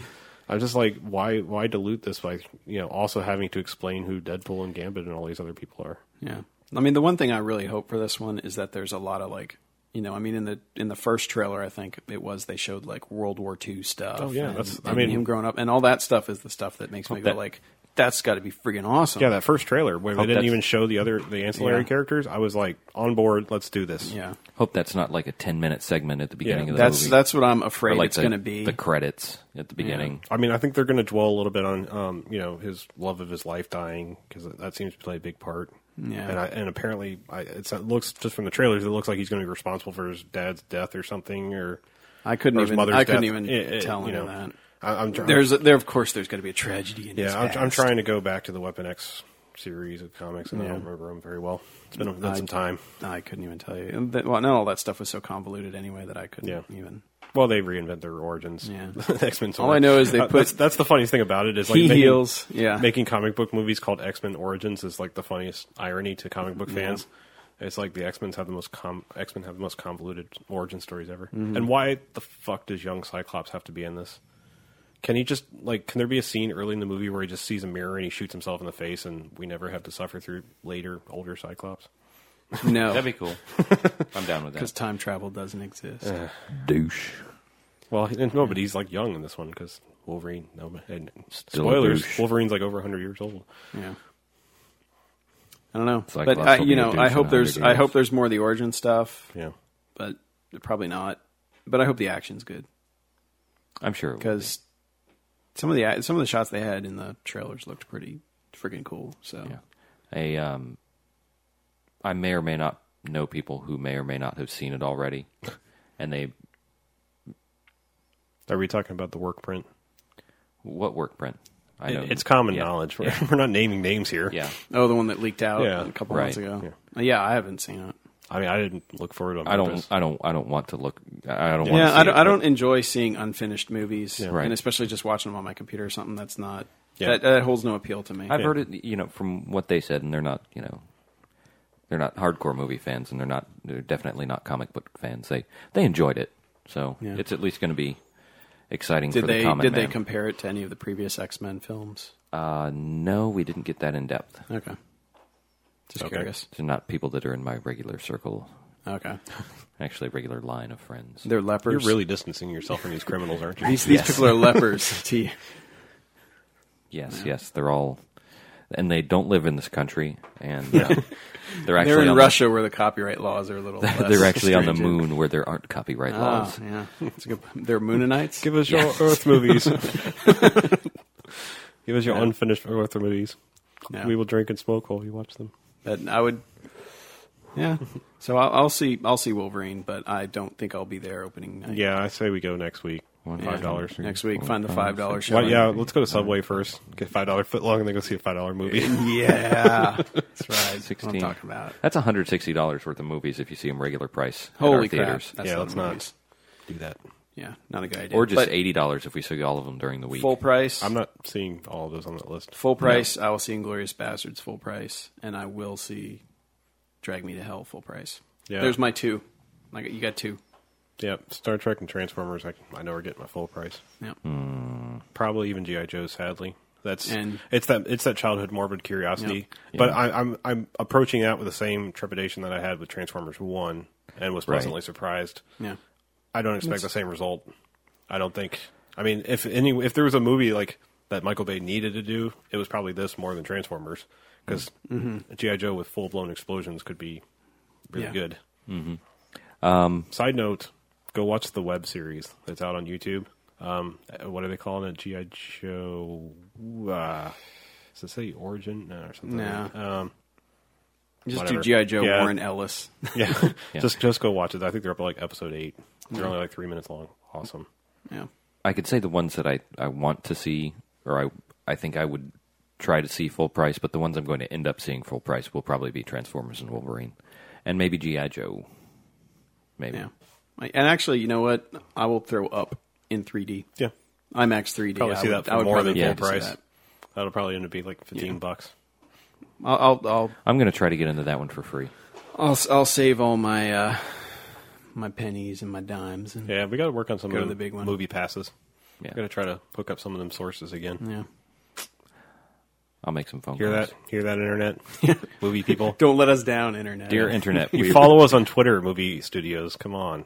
Speaker 2: I'm just like, why why dilute this by you know also having to explain who Deadpool and Gambit and all these other people are?
Speaker 3: Yeah. I mean, the one thing I really hope for this one is that there's a lot of like, you know, I mean, in the in the first trailer, I think it was they showed like World War II stuff.
Speaker 2: Oh, yeah,
Speaker 3: and-
Speaker 2: that's- I
Speaker 3: and
Speaker 2: mean- Oh,
Speaker 3: him growing up and all that stuff is the stuff that makes me go
Speaker 4: that-
Speaker 3: like, that's got to be freaking awesome.
Speaker 2: Yeah, that first trailer where they didn't
Speaker 4: that's-
Speaker 2: even show the other the ancillary
Speaker 3: Yeah.
Speaker 2: characters, I was like on board. Let's do this.
Speaker 3: yeah.
Speaker 4: hope that's not like a ten minute segment at the beginning of the
Speaker 3: That's
Speaker 4: movie.
Speaker 3: that's what I'm
Speaker 4: Or
Speaker 3: afraid
Speaker 4: like
Speaker 3: it's
Speaker 4: the-
Speaker 3: going to be.
Speaker 4: the credits at the beginning.
Speaker 2: I mean, I think they're going to dwell a little bit on, um, you know, his love of his life dying because that seems to play a big part.
Speaker 3: Yeah.
Speaker 2: And I, and apparently, I, it's, it looks just from the trailers, it looks like he's going to be responsible for his dad's death or something, or
Speaker 3: I couldn't
Speaker 2: or his
Speaker 3: even
Speaker 2: mother's
Speaker 3: I couldn't
Speaker 2: death.
Speaker 3: even
Speaker 2: It- it-
Speaker 3: tell
Speaker 2: you know,
Speaker 3: him that.
Speaker 2: I, I'm trying.
Speaker 3: There's a, there of course there's going to be a tragedy in his
Speaker 2: yeah, I'm, I'm
Speaker 3: past.
Speaker 2: trying to go back to the Weapon X series of comics, and I
Speaker 3: Yeah.
Speaker 2: don't remember them very well. It's been, a- been
Speaker 3: I-
Speaker 2: some time.
Speaker 3: I couldn't even tell you. And that- Well, no, all that stuff was so convoluted anyway that I couldn't
Speaker 2: Yeah.
Speaker 3: even.
Speaker 2: Well, they reinvent their origins.
Speaker 3: Yeah.
Speaker 2: X Men.
Speaker 3: All I know is they put-
Speaker 2: that's, that's the funniest thing about it is like
Speaker 3: He
Speaker 2: making,
Speaker 3: heals, yeah.
Speaker 2: making comic book movies called X Men Origins is like the funniest irony to comic book fans. It's like the X Men's have the most com- X Men have the most convoluted origin stories ever.
Speaker 3: Mm-hmm.
Speaker 2: And why the fuck does young Cyclops have to be in this? Can he just like? Can there be a scene early in the movie where he just sees a mirror and he shoots himself in the face, and we never have to suffer through later older Cyclops?
Speaker 3: No,
Speaker 4: That'd be cool. I'm down with
Speaker 3: because
Speaker 4: that.
Speaker 3: time travel doesn't exist.
Speaker 5: Douche.
Speaker 2: Well, he- no, but he's like young in this one because Wolverine. No, and
Speaker 5: Still a
Speaker 2: spoilers.
Speaker 5: douche.
Speaker 2: Wolverine's like over 100 years old.
Speaker 3: Yeah. I don't know,
Speaker 5: like
Speaker 3: but
Speaker 5: Fox
Speaker 3: I,
Speaker 5: will be
Speaker 3: you
Speaker 5: a
Speaker 3: know,
Speaker 5: douche
Speaker 3: I
Speaker 5: in
Speaker 3: hope
Speaker 5: 100
Speaker 3: there's I
Speaker 5: years.
Speaker 3: hope there's more of the origin stuff,
Speaker 2: Yeah,
Speaker 3: but probably not. But I hope the action's good
Speaker 4: I'm sure. It will.
Speaker 3: because some of the ac- some of the shots they had in the trailers looked pretty freaking cool. So
Speaker 4: Yeah. A um, I may or may not know people who may or may not have seen it already, and they
Speaker 2: are we talking about the work print?
Speaker 4: what work print? I
Speaker 2: It- it's common knowledge. We're, we're not naming names here.
Speaker 4: Yeah,
Speaker 3: oh, the one that leaked out
Speaker 2: Yeah.
Speaker 3: a couple
Speaker 4: Right.
Speaker 3: months ago. Yeah. I haven't seen it.
Speaker 2: I mean, I didn't look forward on
Speaker 4: I don't,
Speaker 2: purpose.
Speaker 4: I don't, I don't want to look. I I don't want.
Speaker 3: Yeah,
Speaker 4: to see
Speaker 3: I don't,
Speaker 4: it,
Speaker 3: I don't enjoy seeing unfinished movies,
Speaker 4: Right.
Speaker 3: and especially just watching them on my computer or something. That's not
Speaker 2: Yeah.
Speaker 3: that, that holds no appeal to me.
Speaker 4: I've heard it, you know, from what they said, and they're not, you know, they're not hardcore movie fans, and they're not, they're definitely not comic book fans. They they enjoyed it, so
Speaker 3: Yeah.
Speaker 4: it's at least going to be exciting
Speaker 3: did
Speaker 4: for
Speaker 3: they
Speaker 4: the common
Speaker 3: did
Speaker 4: man.
Speaker 3: they compare it to any of the previous X Men films?
Speaker 4: uh, no, we didn't get that in depth.
Speaker 3: Okay, just
Speaker 2: Okay.
Speaker 3: curious.
Speaker 4: They're not people that are in my regular circle
Speaker 3: Okay.
Speaker 4: Actually, a regular line of friends.
Speaker 3: They're
Speaker 2: You're
Speaker 3: lepers.
Speaker 2: really distancing yourself from these criminals, aren't you?
Speaker 3: these, these
Speaker 4: Yes.
Speaker 3: people are lepers to you.
Speaker 4: Yes, yes, they're all, and they don't live in this country, and uh, they're actually
Speaker 3: They're in
Speaker 4: on
Speaker 3: Russia where the copyright laws are a little.
Speaker 4: The,
Speaker 3: less
Speaker 4: they're actually on the
Speaker 3: stringent.
Speaker 4: moon where there aren't copyright
Speaker 3: Oh,
Speaker 4: laws.
Speaker 3: yeah. It's a good, they're Moonanites.
Speaker 2: Give us
Speaker 4: Yes.
Speaker 2: your Earth movies. Give us your unfinished Earth movies.
Speaker 3: Yeah.
Speaker 2: We will drink and smoke while we watch them.
Speaker 3: But I would. Yeah. So I'll, I'll see. I'll see Wolverine, but I don't think I'll be there opening night.
Speaker 2: Yeah, I say we go next week.
Speaker 4: One,
Speaker 2: Five
Speaker 4: two,
Speaker 2: dollars.
Speaker 4: three,
Speaker 3: Next week,
Speaker 4: four,
Speaker 3: find the
Speaker 4: five,
Speaker 3: $5
Speaker 4: six,
Speaker 2: Why-
Speaker 3: show.
Speaker 2: yeah, let's go to Subway first. Get five dollar foot long, and then go see a five dollar movie.
Speaker 3: Yeah. That's right. That's what
Speaker 4: 16.
Speaker 3: I'm talking about.
Speaker 4: That's one hundred sixty dollars worth of movies if you see them regular price at our
Speaker 3: Holy crap.
Speaker 4: theaters,
Speaker 3: That's
Speaker 2: Yeah,
Speaker 3: a lot
Speaker 2: let's
Speaker 3: of
Speaker 2: not.
Speaker 3: movies.
Speaker 2: Do that.
Speaker 3: Yeah, not a good idea.
Speaker 4: or just
Speaker 3: But
Speaker 4: eighty dollars if we see all of them during the week.
Speaker 3: full price.
Speaker 2: I'm not seeing all of those on that list.
Speaker 3: full price. I will see Inglorious Bastards full price, and I will see Drag Me to Hell full price.
Speaker 2: Yeah.
Speaker 3: There's my two. Like you got two.
Speaker 2: Yep, Star Trek and Transformers. I, I know are getting my full price.
Speaker 3: Yeah.
Speaker 4: Hmm.
Speaker 2: Probably even GI Joe. Sadly, that's
Speaker 3: And-
Speaker 2: it's that it's that childhood morbid curiosity.
Speaker 4: Yeah.
Speaker 2: But I, I'm I'm approaching that with the same trepidation that I had with Transformers One, and was
Speaker 4: Right.
Speaker 2: pleasantly surprised.
Speaker 3: Yeah.
Speaker 2: I don't expect the same result. I don't think. I mean, if any, if there was a movie like that Michael Bay needed to do, it was probably this more than Transformers because GI Joe with full blown explosions could be really
Speaker 3: Yeah.
Speaker 2: good. Um, Side note: Go watch the web series that's out on YouTube. Um, uh, what are they calling it? GI Joe? Uh, does it say Origin no, or something?
Speaker 3: No.
Speaker 2: Um,
Speaker 3: Just
Speaker 2: Whatever.
Speaker 3: do GI Joe
Speaker 2: Yeah.
Speaker 3: Warren Ellis.
Speaker 2: yeah.
Speaker 4: Yeah.
Speaker 2: Just just go watch it. I think they're up to like episode eight. They're only like three minutes long. Awesome.
Speaker 3: yeah.
Speaker 4: I could say the ones that I, I want to see, or I I think I would try to see full price, but the ones I'm going to end up seeing full price will probably be Transformers and Wolverine, and maybe GI Joe. Maybe
Speaker 3: Yeah. I- And actually, you know what? I will throw up in 3D.
Speaker 2: Yeah.
Speaker 3: IMAX 3D.
Speaker 2: probably
Speaker 3: I
Speaker 2: see
Speaker 3: would-
Speaker 2: that
Speaker 3: I
Speaker 2: for
Speaker 3: would
Speaker 2: more than full
Speaker 3: probably
Speaker 4: yeah.
Speaker 3: pay to see
Speaker 2: price.
Speaker 3: that.
Speaker 2: That'll probably end up being like fifteen
Speaker 3: Yeah.
Speaker 2: bucks.
Speaker 3: I'll, I'll, I'll,
Speaker 4: I'm going to try to get into that one for free.
Speaker 3: I'll, I'll save all my uh, my pennies and my dimes. And,
Speaker 2: Yeah, we got to work on some
Speaker 3: Go
Speaker 2: of
Speaker 3: to
Speaker 2: the
Speaker 3: the big one.
Speaker 2: movie passes.
Speaker 4: Yeah.
Speaker 2: Got to try to hook up some of them sources again.
Speaker 3: yeah.
Speaker 4: I'll make some phone
Speaker 2: Hear
Speaker 4: calls.
Speaker 2: that? Hear that, internet? movie people.
Speaker 3: Don't let us down, internet.
Speaker 4: Dear internet,
Speaker 2: You
Speaker 4: we-
Speaker 2: follow us on Twitter, movie studios. Come on,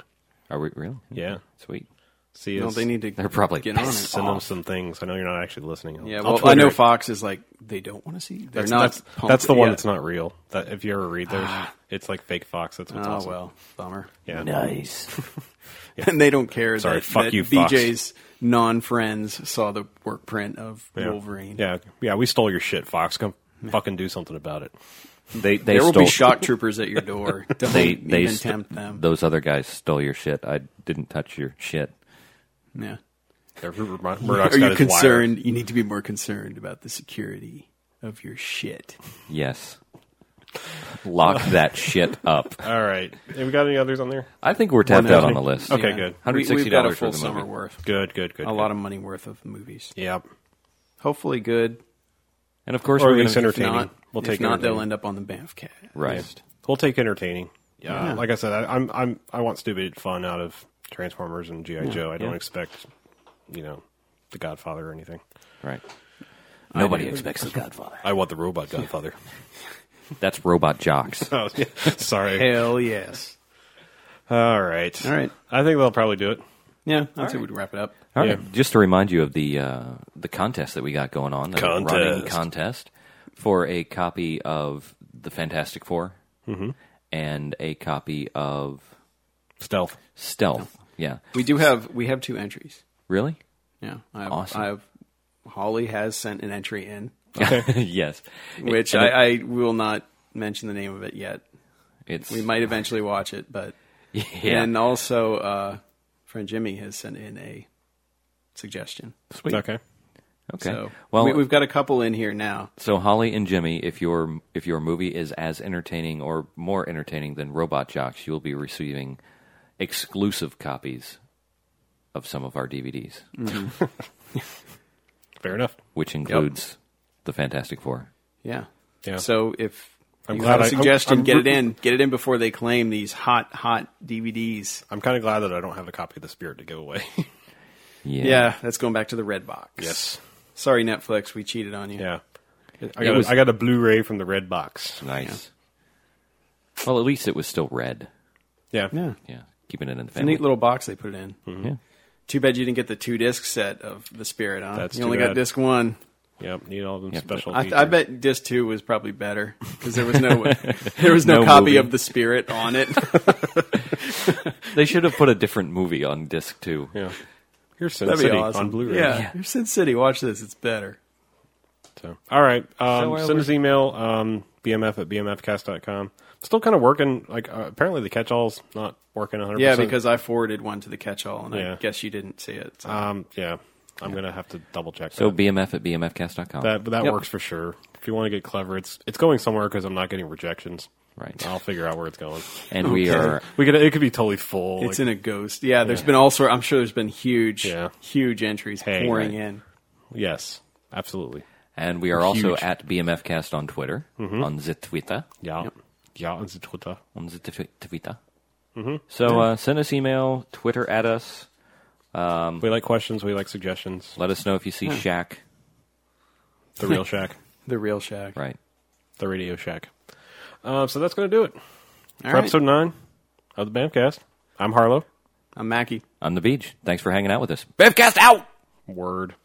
Speaker 4: Are we real?
Speaker 2: Yeah.
Speaker 4: Sweet.
Speaker 2: see us.
Speaker 3: no, they need to.
Speaker 4: They're probably
Speaker 3: get on it.
Speaker 4: pissed
Speaker 2: send them some things. I know you're not actually listening.
Speaker 3: Yeah,
Speaker 2: On
Speaker 3: well,
Speaker 2: Twitter.
Speaker 3: I know Fox is like they don't want to see. They're
Speaker 2: That's,
Speaker 3: not.
Speaker 2: that's,
Speaker 3: pumped
Speaker 2: that's the one
Speaker 3: yet.
Speaker 2: that's not real. That if you ever read those, it's like fake Fox. That's what's
Speaker 3: oh
Speaker 2: awesome.
Speaker 3: well, bummer.
Speaker 2: Yeah,
Speaker 5: Nice.
Speaker 3: and they don't care
Speaker 2: Sorry,
Speaker 3: that,
Speaker 2: fuck
Speaker 3: that
Speaker 2: you, Fox.
Speaker 3: BJ's non-friends saw the work print of
Speaker 2: yeah.
Speaker 3: Wolverine.
Speaker 2: Yeah, yeah. We stole your shit, Fox. Come fucking do something about it.
Speaker 4: They they
Speaker 3: there will
Speaker 4: stole,
Speaker 3: be shock troopers at your door. Don't
Speaker 4: They
Speaker 3: even
Speaker 4: they st-
Speaker 3: tempt them.
Speaker 4: Those other guys stole your shit. I didn't touch your shit.
Speaker 3: yeah.
Speaker 2: They're- Mur- Murdoch's
Speaker 3: Are
Speaker 2: got
Speaker 3: you
Speaker 2: his wire.
Speaker 3: concerned? You need to be more concerned about the security of your shit.
Speaker 4: Yes. Lock that shit up.
Speaker 2: All right. Have we got any others on there?
Speaker 4: I think we're tapped
Speaker 2: One
Speaker 4: out on
Speaker 2: thousand.
Speaker 4: the list.
Speaker 2: Okay, good.
Speaker 3: We, we've got
Speaker 4: $160
Speaker 3: a
Speaker 4: for
Speaker 3: full
Speaker 4: the
Speaker 3: summer
Speaker 4: movie.
Speaker 3: worth,
Speaker 2: Good, good, good.
Speaker 3: a lot of money worth of movies.
Speaker 2: Yep.
Speaker 3: Hopefully, good.
Speaker 4: And of course,
Speaker 2: Or
Speaker 4: we're
Speaker 2: at
Speaker 4: gonna-
Speaker 2: least
Speaker 3: If
Speaker 2: entertaining.
Speaker 3: not,
Speaker 2: we'll
Speaker 3: if
Speaker 2: take
Speaker 3: not, they'll
Speaker 2: entertaining.
Speaker 3: end up on the Banffcast.
Speaker 4: Right.
Speaker 2: We'll take entertaining. Yeah.
Speaker 3: Yeah.
Speaker 2: Like I said, I, I'm I'm I want stupid fun out of Transformers and GI Joe. I don't
Speaker 4: yeah.
Speaker 2: expect, you know, The Godfather or anything.
Speaker 4: Right.
Speaker 5: Nobody expects The Godfather.
Speaker 2: I want the robot Godfather.
Speaker 4: That's robot jocks.
Speaker 2: oh, yeah. sorry.
Speaker 3: Hell yes.
Speaker 2: All right.
Speaker 3: All right.
Speaker 2: I think they'll probably do it.
Speaker 3: Yeah, I'd say we'd wrap it up.
Speaker 4: All
Speaker 2: Yeah.
Speaker 4: right. Just to remind you of the uh, the contest that we got going on, the
Speaker 2: Contest.
Speaker 4: running contest for a copy of the Fantastic 4 Mm-hmm. and a copy of
Speaker 2: Stealth.
Speaker 4: Stealth. Yeah.
Speaker 3: We do have we have two entries.
Speaker 4: Really?
Speaker 3: Yeah, I have,
Speaker 4: Awesome.
Speaker 3: I have, Holly has sent an entry in,
Speaker 4: yes.
Speaker 3: which
Speaker 4: And it-
Speaker 3: I, I will not mention the name of it yet.
Speaker 4: it's
Speaker 3: We might eventually watch it, but
Speaker 4: yeah.
Speaker 3: and also uh, friend Jimmy has sent in a suggestion.
Speaker 4: Sweet.
Speaker 2: Okay.
Speaker 4: Okay.
Speaker 3: So
Speaker 4: well,
Speaker 3: we, we've got a couple in here now.
Speaker 4: so Holly and Jimmy, if your if your movie is as entertaining or more entertaining than Robot Jocks, you will be receiving exclusive copies of some of our DVDs,
Speaker 2: Fair enough.
Speaker 4: which includes the Fantastic Four.
Speaker 3: Yeah.
Speaker 2: Yeah.
Speaker 3: So if
Speaker 2: I'm
Speaker 3: you
Speaker 2: glad
Speaker 3: have
Speaker 2: I-
Speaker 3: a
Speaker 2: I'm-
Speaker 3: suggestion,
Speaker 2: I'm
Speaker 3: get it
Speaker 2: re-
Speaker 3: in. Get it in before they claim these hot, hot DVDs.
Speaker 2: I'm kind of glad that I don't have a copy of The Spirit to give away.
Speaker 4: Yeah.
Speaker 3: Yeah, that's going back to the red box.
Speaker 2: yes.
Speaker 3: Sorry, Netflix, we cheated on you.
Speaker 2: Yeah. I
Speaker 4: It
Speaker 2: got,
Speaker 4: was-
Speaker 2: I got a Blu-ray from the Red Box.
Speaker 4: Nice. Well, at least it was still red.
Speaker 2: Yeah. Mm-hmm.
Speaker 3: Yeah.
Speaker 4: Yeah, keeping it in the
Speaker 3: It's a
Speaker 4: family.
Speaker 3: neat little box they put it in.
Speaker 4: Yeah.
Speaker 3: Too bad you didn't get the two disc set of The Spirit, huh?
Speaker 2: That's
Speaker 3: you
Speaker 2: too
Speaker 3: only
Speaker 2: bad.
Speaker 3: got disc one.
Speaker 2: Yep. Need all them
Speaker 4: Yep.
Speaker 2: special.
Speaker 3: I, I
Speaker 2: features.
Speaker 3: bet disc two was probably better because there was no there was no,
Speaker 4: No
Speaker 3: copy
Speaker 4: movie.
Speaker 3: of The Spirit on it.
Speaker 4: They should have put a different movie on disc two.
Speaker 2: Yeah. Here's Sin
Speaker 3: That'd be
Speaker 2: City
Speaker 3: awesome.
Speaker 2: on Blu-ray.
Speaker 3: Yeah.
Speaker 4: Yeah.
Speaker 3: Here's Sin City. Watch this. It's better.
Speaker 2: So, all right.
Speaker 4: So,
Speaker 2: Um,
Speaker 4: uh,
Speaker 2: send us email, um, bmf at bmfcast.com. Still kind of working. Like, uh, apparently the catch-all's not working 100%.
Speaker 3: Yeah, because I forwarded one to the catch-all, and
Speaker 2: Yeah.
Speaker 3: I guess you didn't see it. So.
Speaker 2: Um, yeah. I'm going to have to double-check
Speaker 4: So
Speaker 2: that.
Speaker 4: BMF at BMFcast.com.
Speaker 2: That, but that
Speaker 3: Yep.
Speaker 2: works for sure. If you want to get clever, it's it's going somewhere because I'm not getting rejections.
Speaker 4: Right.
Speaker 2: I'll figure out where it's going.
Speaker 4: and we are
Speaker 2: We could it could be totally full. like,
Speaker 3: it's in a ghost. Yeah, there's been all sort. I'm sure there's been huge,
Speaker 2: Yeah.
Speaker 3: huge entries
Speaker 2: Hey,
Speaker 3: pouring
Speaker 2: right.
Speaker 3: in.
Speaker 2: yes, absolutely.
Speaker 4: and we are also
Speaker 2: Huge. Mm-hmm.
Speaker 4: at BMFcast on Twitter, on the Twitter,
Speaker 2: Yeah, yeah, on the Twitter.
Speaker 4: on the Twi- Twitter.
Speaker 2: Mm-hmm.
Speaker 4: So uh, send us email, Twitter at us.
Speaker 3: Mm.
Speaker 2: We like questions. We like suggestions.
Speaker 4: Let us know if you see Shaq.
Speaker 2: The real Shack,
Speaker 3: The real Shack.
Speaker 4: Right.
Speaker 2: the Radio Shack. Uh, so that's going to do it
Speaker 3: All
Speaker 2: for
Speaker 3: right.
Speaker 2: episode nine of the Bamcast. I'm Harlow.
Speaker 3: I'm Mackie.
Speaker 4: On the beach. Thanks for hanging out with us.
Speaker 5: Bevcast out!
Speaker 2: Word.